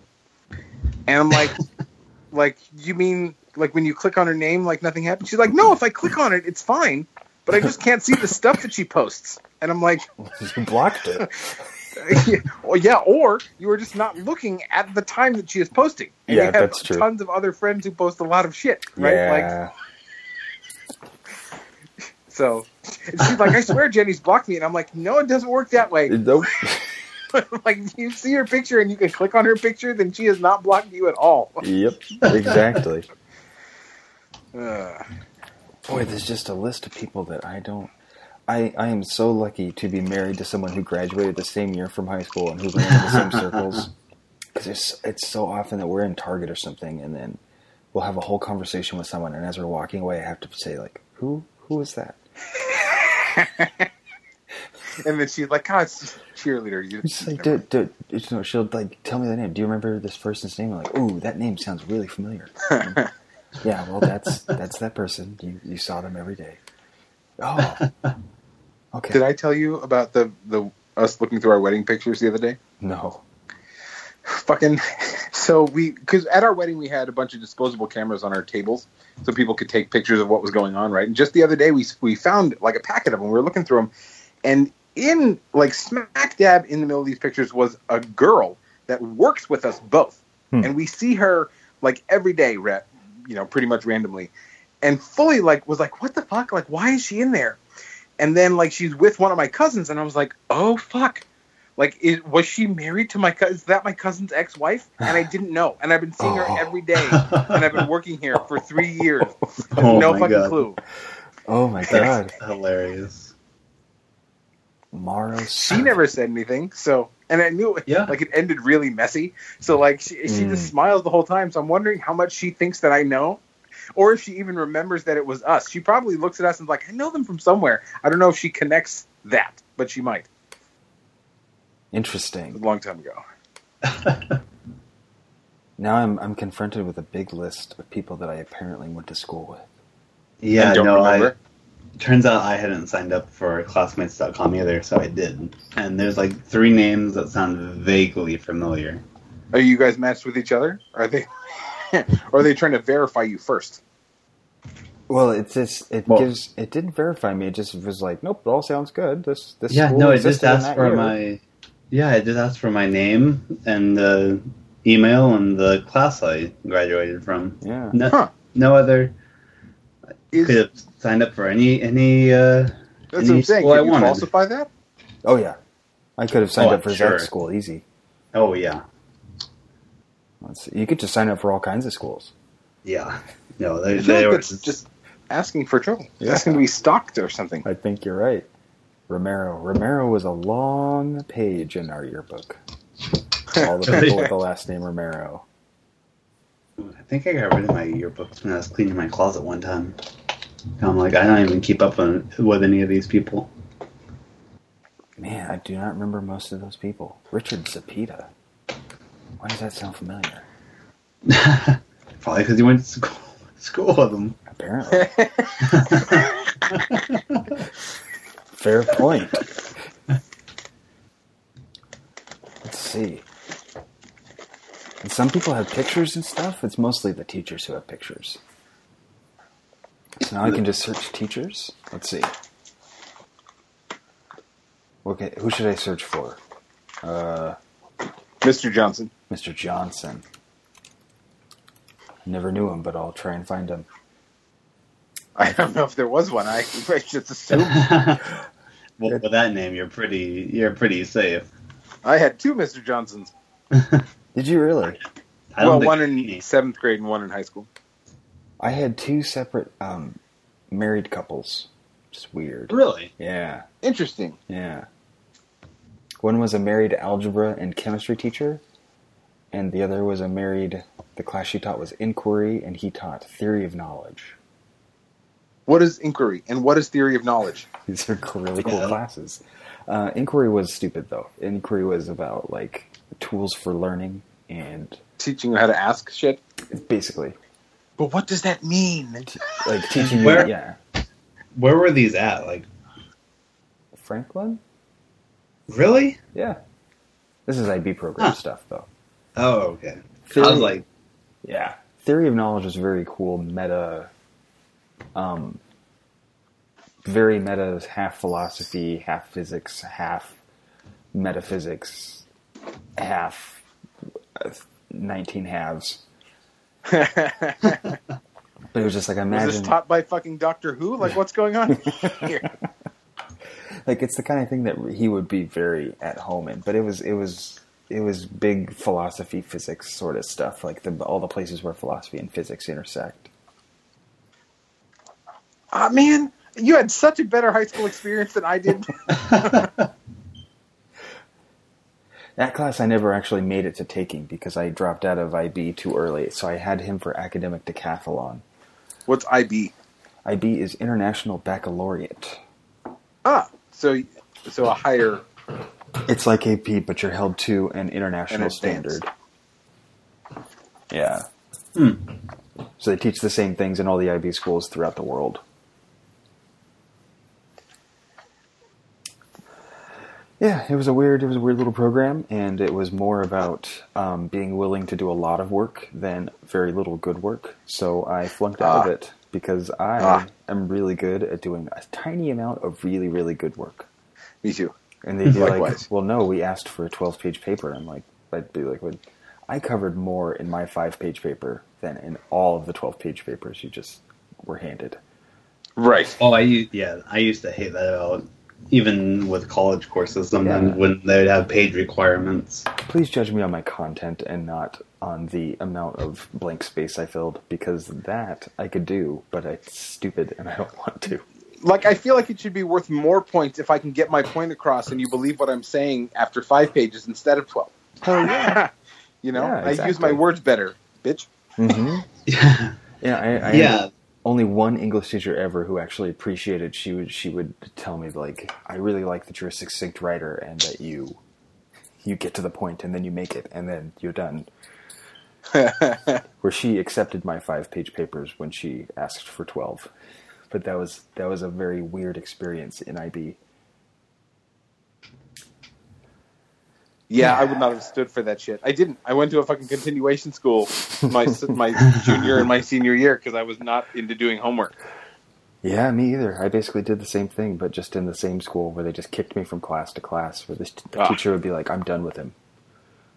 And I'm like like you mean like when you click on her name like nothing happens? She's like, "No, if I click on it, it's fine, but I just can't see the stuff that she posts." And I'm like, you blocked it. well, yeah, or you are just not looking at the time that she is posting. And Yeah, you have that's true. Tons of other friends who post a lot of shit, right? Like Yeah, so, and she's like, "I swear, Jenny's blocked me," and I'm like, "No, it doesn't work that way." nope. like, you see her picture and you can click on her picture, then she has not blocked you at all. yep, exactly. Uh, Boy, there's just a list of people that I don't. I, I am so lucky to be married to someone who graduated the same year from high school and who ran in the same circles. Because it's so often that we're in Target or something, and then we'll have a whole conversation with someone, and as we're walking away, I have to say like, "Who who is that?" and then she's like, "God, it's just cheerleader." You, It's like, dude, dude, it's- no, she'll like tell me the name. Do you remember this person's name? I'm like, ooh, that name sounds really familiar. yeah, well, that's that's that person. You you saw them every day. Oh, okay. Did I tell you about the the us looking through our wedding pictures the other day? No. fucking so we because at our wedding we had a bunch of disposable cameras on our tables so people could take pictures of what was going on right and just the other day we we found like a packet of them we were looking through them and in like smack dab in the middle of these pictures was a girl that works with us both Hmm. and we see her like every day ra- you know pretty much randomly and fully like was like what the fuck like why is she in there and then like she's with one of my cousins and i was like oh fuck like is, was she married to my cousin is that my cousin's ex-wife and i didn't know and i've been seeing Oh. her every day and i've been working here for three years Oh no my fucking God. clue Oh my god. That's hilarious. Morrow. she never said anything so and i knew it Yeah. like it ended really messy so like she, she just Mm. smiles the whole time so i'm wondering how much she thinks that i know or if she even remembers that it was us she probably looks at us and is like i know them from somewhere i don't know if she connects that but she might a Interesting. long time ago Now I'm I'm confronted with a big list of people that I apparently went to school with. Yeah, I don't no, remember. I. Turns out I hadn't signed up for classmates.com either, so I did. And there's like three names that sound vaguely familiar. Are you guys matched with each other? Are they? or are they trying to verify you first? Well, it's just it Well- gives it didn't verify me. It just was like, nope, it all sounds good. This this yeah, school no, it existed just in asked that for year. my. Yeah, it just asked for my name and uh, email and the class I graduated from. Yeah. No, Huh. no other Is, could have signed up for any any. Uh, that's what I'm saying. Well, I Can you wanted. falsify that? Oh yeah. I could have signed Oh, up for sure. that school easy. oh yeah, Let's see. You could just sign up for all kinds of schools. yeah. No, they, I feel they like were that's just asking for trouble. Yeah. Asking to be stalked or something. I think you're right. Romero. Romero was a long page in our yearbook. All the people with the last name Romero. I think I got rid of my yearbooks when I was cleaning my closet one time. And I'm like, I don't even keep up on, with any of these people. Man, I do not remember most of those people. Richard Zapita. Why does that sound familiar? Probably because you went to school, school with them. Apparently. Fair point. Let's see. And some people have pictures and stuff. It's mostly the teachers who have pictures. So now I can just search teachers. Let's see. Okay, who should I search for? Uh, Mr. Johnson. Mr. Johnson. Never knew him, but I'll try and find him. I don't know if there was one. I, I just assumed. well, with that name, you're pretty you're pretty safe. I had two Mr. Johnsons. Did you really? I don't well, one think in seventh grade and one in high school. I had two separate um, married couples. It's weird. really. Yeah, Interesting. yeah. One was a married algebra and chemistry teacher, and the other was a married. The class she taught was inquiry, and he taught theory of knowledge. What is inquiry and what is theory of knowledge? These are cool- really cool Yeah. classes. Uh, inquiry was stupid though. Inquiry was about like tools for learning and Teaching you how to ask shit. basically But what does that mean? like teaching you. Where- Yeah, Where were these at? Like Franklin. really? Yeah, this is IB program Huh. stuff though. Oh, okay. I was like, Yeah. Theory of knowledge is very cool meta um very meta half philosophy, half physics, half metaphysics, half uh, 19 halves. But it was just like Was imagine this taught by fucking Doctor Who? Like, what's going on here? like it's the kind of thing that he would be very at home in. But it was it was it was big philosophy physics sort of stuff, like the all the places where philosophy and physics intersect. Ah, man, you had such a better high school experience than I did. That class I never actually made it to taking because I dropped out of IB too early, so I had him for academic decathlon. What's IB? IB is International Baccalaureate. Ah, so so a higher. It's like AP, but you're held to an international An advanced. standard. Yeah. Hmm. So they teach the same things in all the IB schools throughout the world. Yeah, it was a weird, it was a weird little program, and it was more about um, being willing to do a lot of work than very little good work. So I flunked out Ah. of it because I Ah. am really good at doing a tiny amount of really, really good work. Me too. And they'd be like, Likewise. "Well, no, we asked for a twelve-page paper." I'm like, "I'd be like, well, I covered more in my five-page paper than in all of the twelve-page papers you just were handed." Right. oh, I u- yeah, I used to hate that about even with college courses. Sometimes Yeah. when they'd have page requirements. Please judge me on my content and not on the amount of blank space I filled, because that I could do, but it's stupid and I don't want to. Like, I feel like it should be worth more points if I can get my point across and you believe what I'm saying after five pages instead of twelve. Hell you know, Oh, Yeah, I use my exactly. words better, bitch. hmm Yeah, Yeah, I, I yeah. only one English teacher ever who actually appreciated. She would she would tell me like, "I really like that you're a succinct writer and that you you get to the point and then you make it and then you're done." Where she accepted my five page papers when she asked for twelve, but that was that was a very weird experience in IB. Yeah, I would not have stood for that shit. I didn't. I went to a fucking continuation school my my junior and my senior year because I was not into doing homework. Yeah, me either. I basically did the same thing, but just in the same school where they just kicked me from class to class. Where this, the Ah. teacher would be like, "I'm done with him,"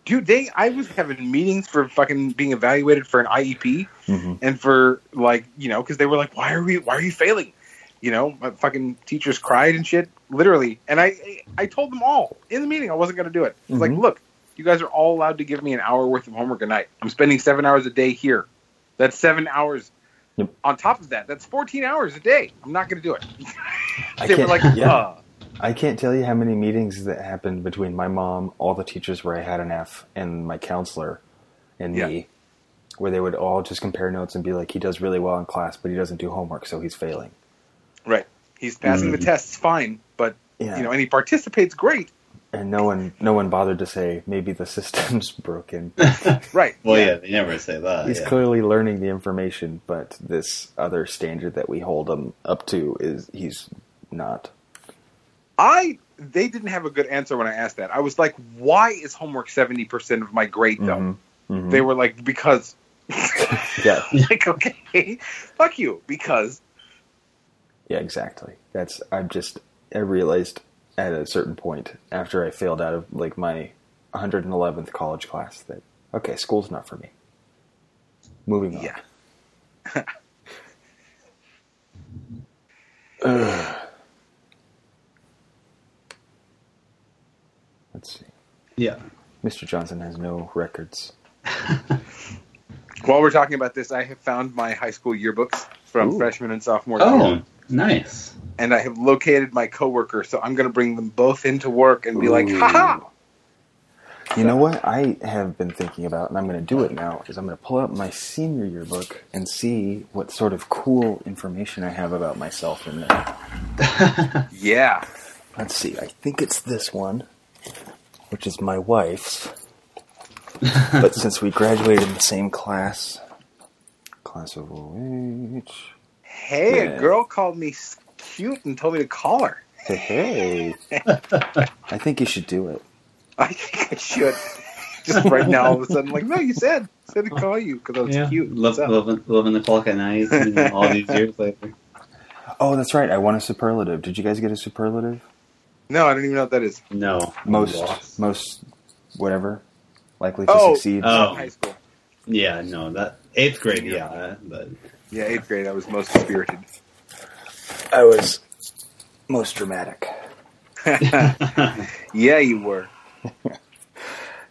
Dude, they I was having meetings for fucking being evaluated for an E IEP hmm and for like you know because they were like, why are we why are you failing? You know, my fucking teachers cried and shit, literally. And I I told them all in the meeting I wasn't going to do it. It's Like, Mhm. look, you guys are all allowed to give me an hour worth of homework a night. I'm spending seven hours a day here. That's seven hours. Yep. On top of that, that's 14 hours a day. I'm not going to do it. I they were can't- like, yeah. uh, I can't tell you how many meetings that happened between my mom, all the teachers where I had an F, and my counselor and Yeah. me, where they would all just compare notes and be like, he does really well in class, but he doesn't do homework, so he's failing. he's passing the Mhm. tests fine, but Mm. Yeah. you know, and he participates great. and no one no one bothered to say maybe the system's broken. Right. Well, yeah, they never say Oh, that. He's yeah. clearly learning the information, but this other standard that we hold him up to is he's not. I they didn't have a good answer when I asked that. I was like, why is homework 70% of my grade though? Mhm. Mhm. They were like, because yeah, like, okay, fuck you, because yeah, exactly. That's I've just I realized at a certain point after I failed out of like my 111th college class that okay, school's not for me. Moving on. Yeah. Ugh. Let's see. yeah. Mr. Johnson has no records. while we're talking about this, I have found my high school yearbooks from Ooh. freshman and sophomore year, Oh, nice. and I have located my coworker, so I'm going to bring them both into work and be like, Ooh. haha. You know what I have been thinking about, and I'm going to do it now, is I'm going to pull out my senior yearbook and see what sort of cool information I have about myself in there. Yeah. Let's see, I think it's this one, which is my wife's. but since we graduated in the same class, class of 08. Hey, Yeah. a girl called me s- cute and told me to call her. Hey, hey. I think you should do it. I think I should. Just right now, all of a sudden, like, no, you said, said to call you because I was cute. Love, So- loving, loving the clock at night you know, all these years later. Oh, that's right. I won a superlative. Did you guys get a superlative? No, I don't even know what that is. No. Most, Lost. most, whatever, likely to Oh. succeed. Oh. High school. Yeah, no. That eighth grade, yeah. But Yeah, eighth grade. I was most spirited. I was most dramatic. yeah, you were.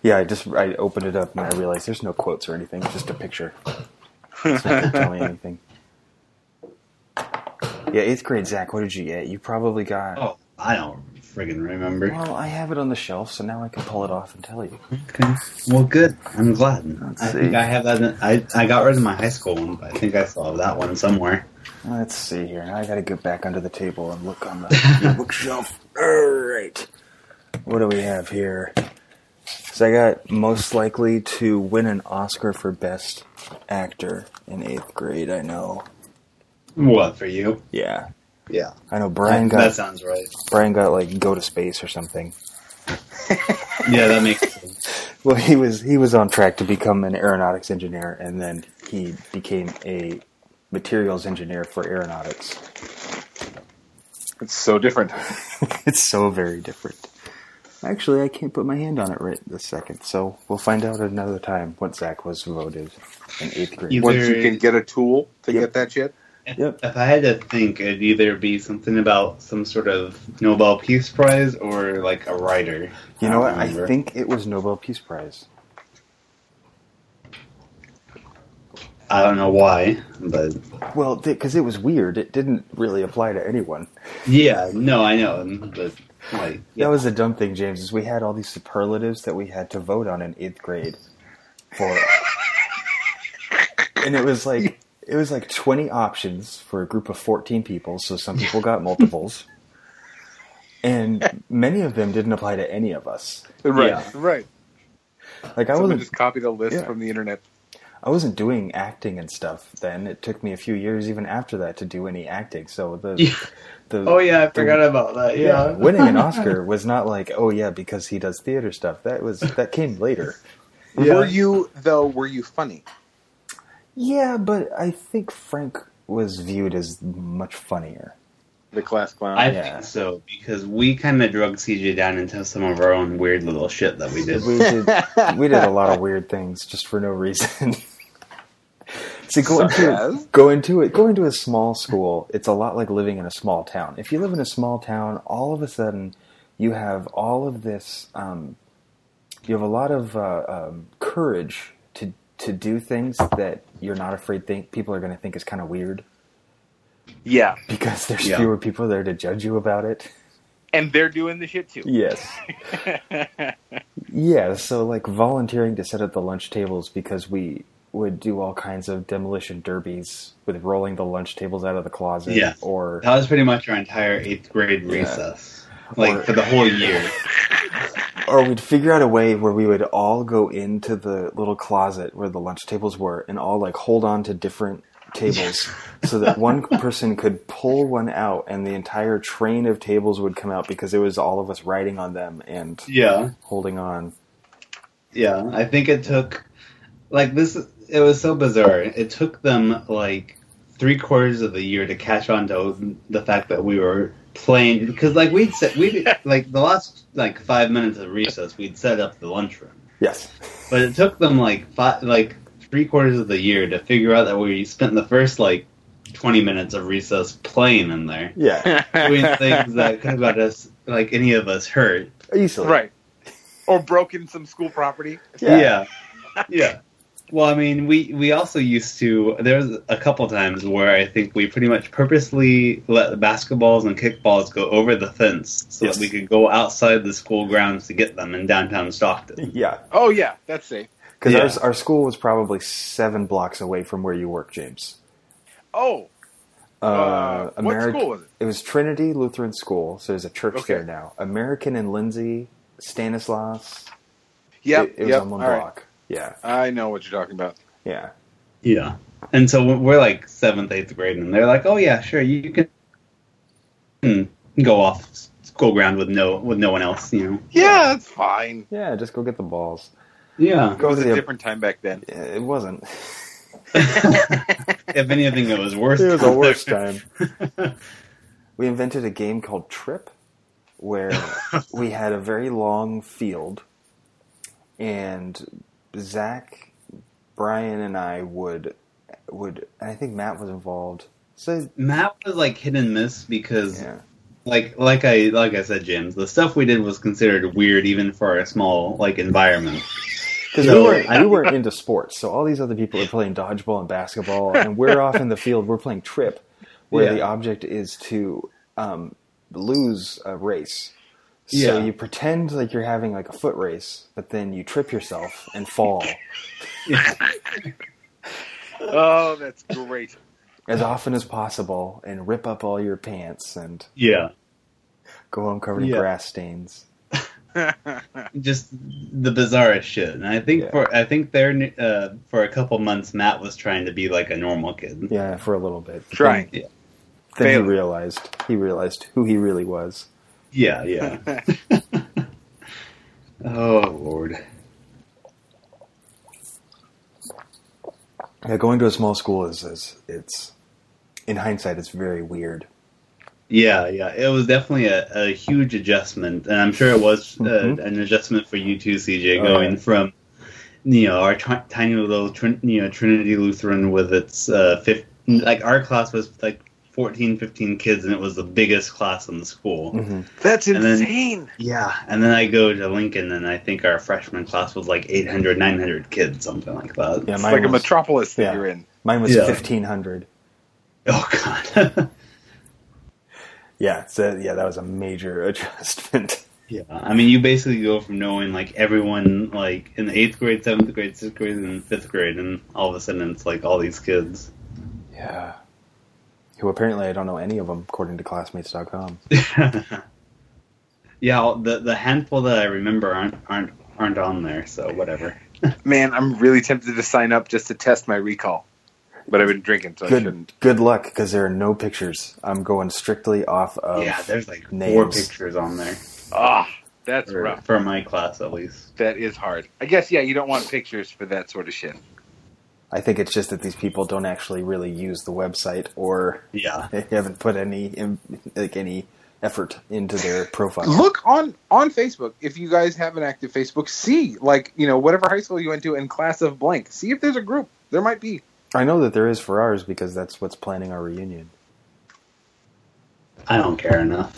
Yeah, I just I opened it up and I realized there's no quotes or anything, it's just a picture. It's not gonna tell me anything. Yeah, eighth grade, Zach. What did you get? You probably got. oh, I don't friggin' remember. Well, I have it on the shelf, so now I can pull it off and tell you. Okay. Well, good. I'm glad. I think see. I have that. In, I I got rid of my high school one, but I think I still have that one somewhere. Let's see here. Now I got to get back under the table and look on the bookshelf. All right. What do we have here? So I got most likely to win an Oscar for Best Actor in eighth grade. I know. What for you? Yeah. Yeah. I know Brian that got sounds right. Brian got like go to space or something. Yeah, that makes sense. Well, he was he was on track to become an aeronautics engineer, and then he became a materials engineer for aeronautics. It's so different. it's so very different. Actually, I can't put my hand on it right this second, so we'll find out another time what Zach was voted in eighth grade. You- Once you There- can get a tool to Yep. get that shit. Yep. If I had to think, it'd either be something about some sort of Nobel Peace Prize or like a writer. You know I what? don't I remember. think it was Nobel Peace Prize. I don't know why, but Well, because it was weird. It didn't really apply to anyone. yeah, no, I know, but like, yeah, That was the dumb thing, James, is we had all these superlatives that we had to vote on in eighth grade for and it was like it was like twenty options for a group of fourteen people, so some people got multiples. And many of them didn't apply to any of us. Right. Yeah. Right. Like I Someone wasn't just copied a list Yeah. from the internet. I wasn't doing acting and stuff then. It took me a few years even after that to do any acting. So the Yeah. the Oh yeah, I forgot about that. Yeah, yeah, winning an Oscar was not like, oh yeah, because he does theater stuff. That was that came later. Yeah. Were you though? Were you funny? Yeah, but I think Frank was viewed as much funnier. the class clown. I Yeah. think so because we kind of drug CJ down into some of our own weird little shit that we did. We did, we did a lot of weird things just for no reason. See, go Such into, as? go into it. Go into a small school. It's a lot like living in a small town. If you live in a small town, all of a sudden you have all of this. Um, you have a lot of uh, um, courage to to do things that you're not afraid think people are going to think is kind of weird Yeah, because there's Yeah. fewer people there to judge you about it. and they're doing the shit too. Yes. Yeah, so like volunteering to set up the lunch tables because we would do all kinds of demolition derbies with rolling the lunch tables out of the closet Yeah. or That was pretty much our entire eighth grade recess, like Or- for the whole year. or we'd figure out a way where we would all go into the little closet where the lunch tables were and all like hold on to different tables so that one person could pull one out and the entire train of tables would come out because it was all of us riding on them and Yeah, holding on. yeah. I think it took like this. It was so bizarre. It took them like three quarters of the year to catch on to the fact that we were playing because like we'd set we like the last like five minutes of recess we'd set up the lunchroom. Yes. But it took them like five, like three quarters of the year to figure out that we spent the first like twenty minutes of recess playing in there, Yeah. doing things that could have got us like any of us hurt. Easily. right. Or broken some school property. Yeah. yeah, Well, I mean, we we also used to. There was a couple times where I think we pretty much purposely let the basketballs and kickballs go over the fence so Yes. that we could go outside the school grounds to get them in downtown Stockton. Yeah. Oh yeah, that's safe. Because Yeah. our, our school was probably seven blocks away from where you work, James. Oh, Uh, uh, what Ameri- school was it? It was Trinity Lutheran School, so there's a church Okay. there now. American and Lindsay, Stanislaus. Yep, it, it was yep. on one all right. block. Yeah, I know what you're talking about. yeah, Yeah. And so we're like seventh, eighth grade, and they're like, "Oh yeah, sure, you can can go off school ground with no with no one else," you know. Yeah, that's fine. yeah. Just go get the balls. Yeah. It was to a the- different time back then. It wasn't. if anything, it was worse. It was the worst time. we invented a game called Trip, where we had a very long field, and Zach, Brian, and I would would and I think Matt was involved. So Matt was like hit and miss because, yeah, like, like I like I said, James, the stuff we did was considered weird even for our small like environment. because we No, weren't I- we weren't into sports, so all these other people are playing dodgeball and basketball, and we're off in the field. We're playing Trip, where the Yeah. object is to um, lose a race. So Yeah. you pretend like you're having like a foot race, but then you trip yourself and fall. Oh, that's great. as often as possible and rip up all your pants and Yeah. go home covered in Yeah. grass stains. just the bizarrest shit. And I think Yeah. for I think there uh, for a couple months, Matt was trying to be like a normal kid. Yeah, for a little bit. But Trying. Then, then Failing. he realized he realized who he really was. Yeah, yeah. oh lord. Yeah, going to a small school is, is it's in hindsight it's very weird. Yeah, yeah. It was definitely a, a huge adjustment, and I'm sure it was Mhm. uh, an adjustment for you too, CJ, Oh, going yeah. from you know our t- tiny little trin- you know Trinity Lutheran with its uh, fif- like our class was like 14, 15 kids, and it was the biggest class in the school. Mm. That's And then- insane. Yeah, and then I go to Lincoln, and I think our freshman class was like 800, 900 kids, something like that. Yeah, It's mine like a was, metropolis that yeah. you're in. mine was Yeah. fifteen hundred. Oh god. Yeah, so yeah, that was a major adjustment. yeah, I mean, you basically go from knowing like everyone like in the eighth grade, seventh grade, sixth grade, and fifth grade, and all of a sudden it's like all these kids. yeah. Who apparently I don't know any of them according to classmates.com. yeah, all- the the handful that I remember aren't aren't aren't on there, so whatever. Man, I'm really tempted to sign up just to test my recall. But I've been drinking, so I good shouldn't. good luck because there are no pictures. I'm going strictly off of yeah, there's like four names. pictures on there Ah, that's for, rough. for my class at least. That is hard. I guess, yeah, you don't want pictures for that sort of shit. I think it's just that these people don't actually really use the website or Yeah. they haven't put any in- like any effort into their profile. Look on on Facebook if you guys have an active Facebook. See, like you know, whatever high school you went to in class of blank. See if there's a group. There might be. I know that there is for ours because that's what's planning our reunion. I don't care enough.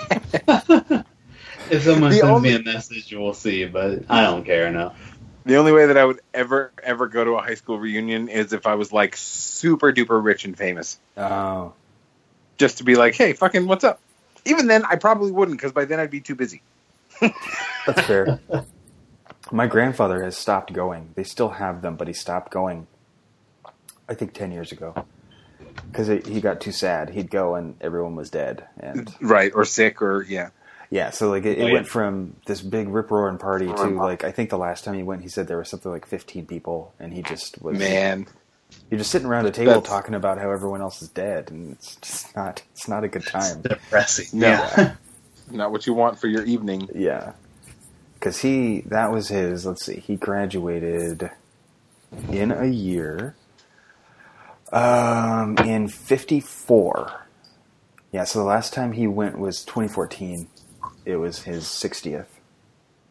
if someone The sends only- me a message, we'll see. But I don't care enough. The only way that I would ever ever go to a high school reunion is if I was like super duper rich and famous, Oh, just to be like, hey, fucking, what's up? Even then, I probably wouldn't because by then I'd be too busy. that's fair. My grandfather has stopped going. They still have them, but he stopped going. I think ten years ago, because he got too sad. He'd go and everyone was dead, and Right, or sick, or yeah. Yeah, so like it, it Yeah. went from this big rip roaring party to like I think the last time he went, he said there was something like fifteen people, and he just Mm-hmm. was Man, You're just sitting around a table That's- talking about how everyone else is dead, and it's just not it's not a good time. Depressing. No. Yeah. not what you want for your evening. yeah, because he that was his. Let's see, he graduated in a year, um, in fifty four. Yeah, so the last time he went was 2014. It was his 60th,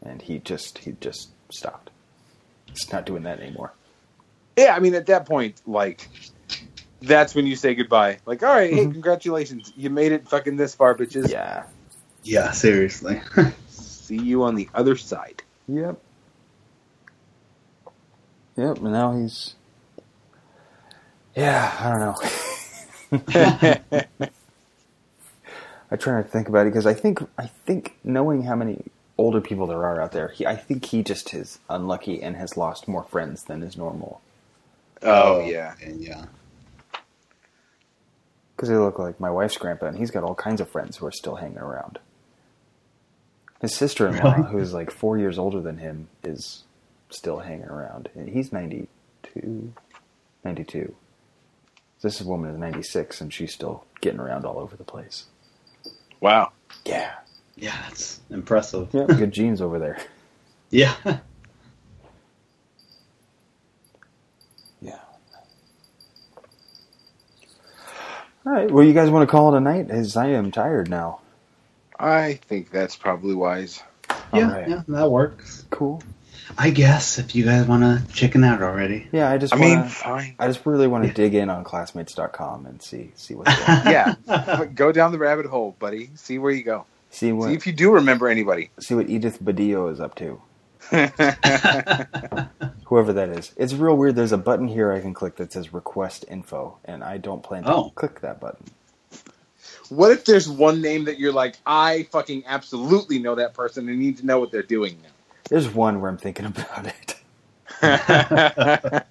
and he just he just stopped. He's not doing that anymore. Yeah, I mean, at that point, like, that's when you say goodbye. Like, all right, hey, congratulations, you made it fucking this far, bitches. Yeah. yeah. Seriously. See you on the other side. Yep. Yep. And now he's. Yeah, I don't know. I try to think about it because I think I think knowing how many older people there are out there, he, I think he just is unlucky and has lost more friends than is normal. Oh, yeah. And yeah. Because they look like my wife's grandpa, and he's got all kinds of friends who are still hanging around. His sister in law, Really? who's like four years older than him, is still hanging around. And he's 92. 92. This woman is 96, and she's still getting around all over the place. Wow. Yeah. Yeah. That's impressive. Yeah, good genes over there. Yeah. Yeah. All right. Well, you guys want to call it a night? As I am tired now. I think that's probably wise. Yeah. Alright. Yeah. That works. Cool. I guess if you guys want to chicken out already. Yeah, I just. I mean, wanna- fine. I just really want to dig in on classmates.com and see see what's going on. Yeah, but go down the rabbit hole, buddy. See where you go. see See what if you do remember anybody. see what Edith Badillo is up to. yeah. Whoever that is. It's real weird. There's a button here I can click that says request info and I don't plan to Oh. click that button. what if there's one name that you're like, I fucking absolutely know that person and need to know what they're doing There's one where I'm thinking about it.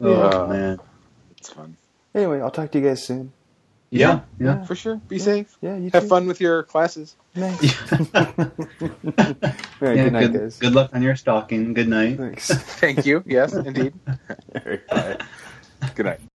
now? Oh man. it's fun. Anyway, I'll talk to you guys soon. Yeah. Yeah. For sure. Be safe. Yeah, you Have too. fun with your classes. Thanks. Yeah. All right, Yeah, good night, good, guys. good luck on your stalking. Good night. Thanks. Thank you. Yes, indeed. All right, bye. Good night.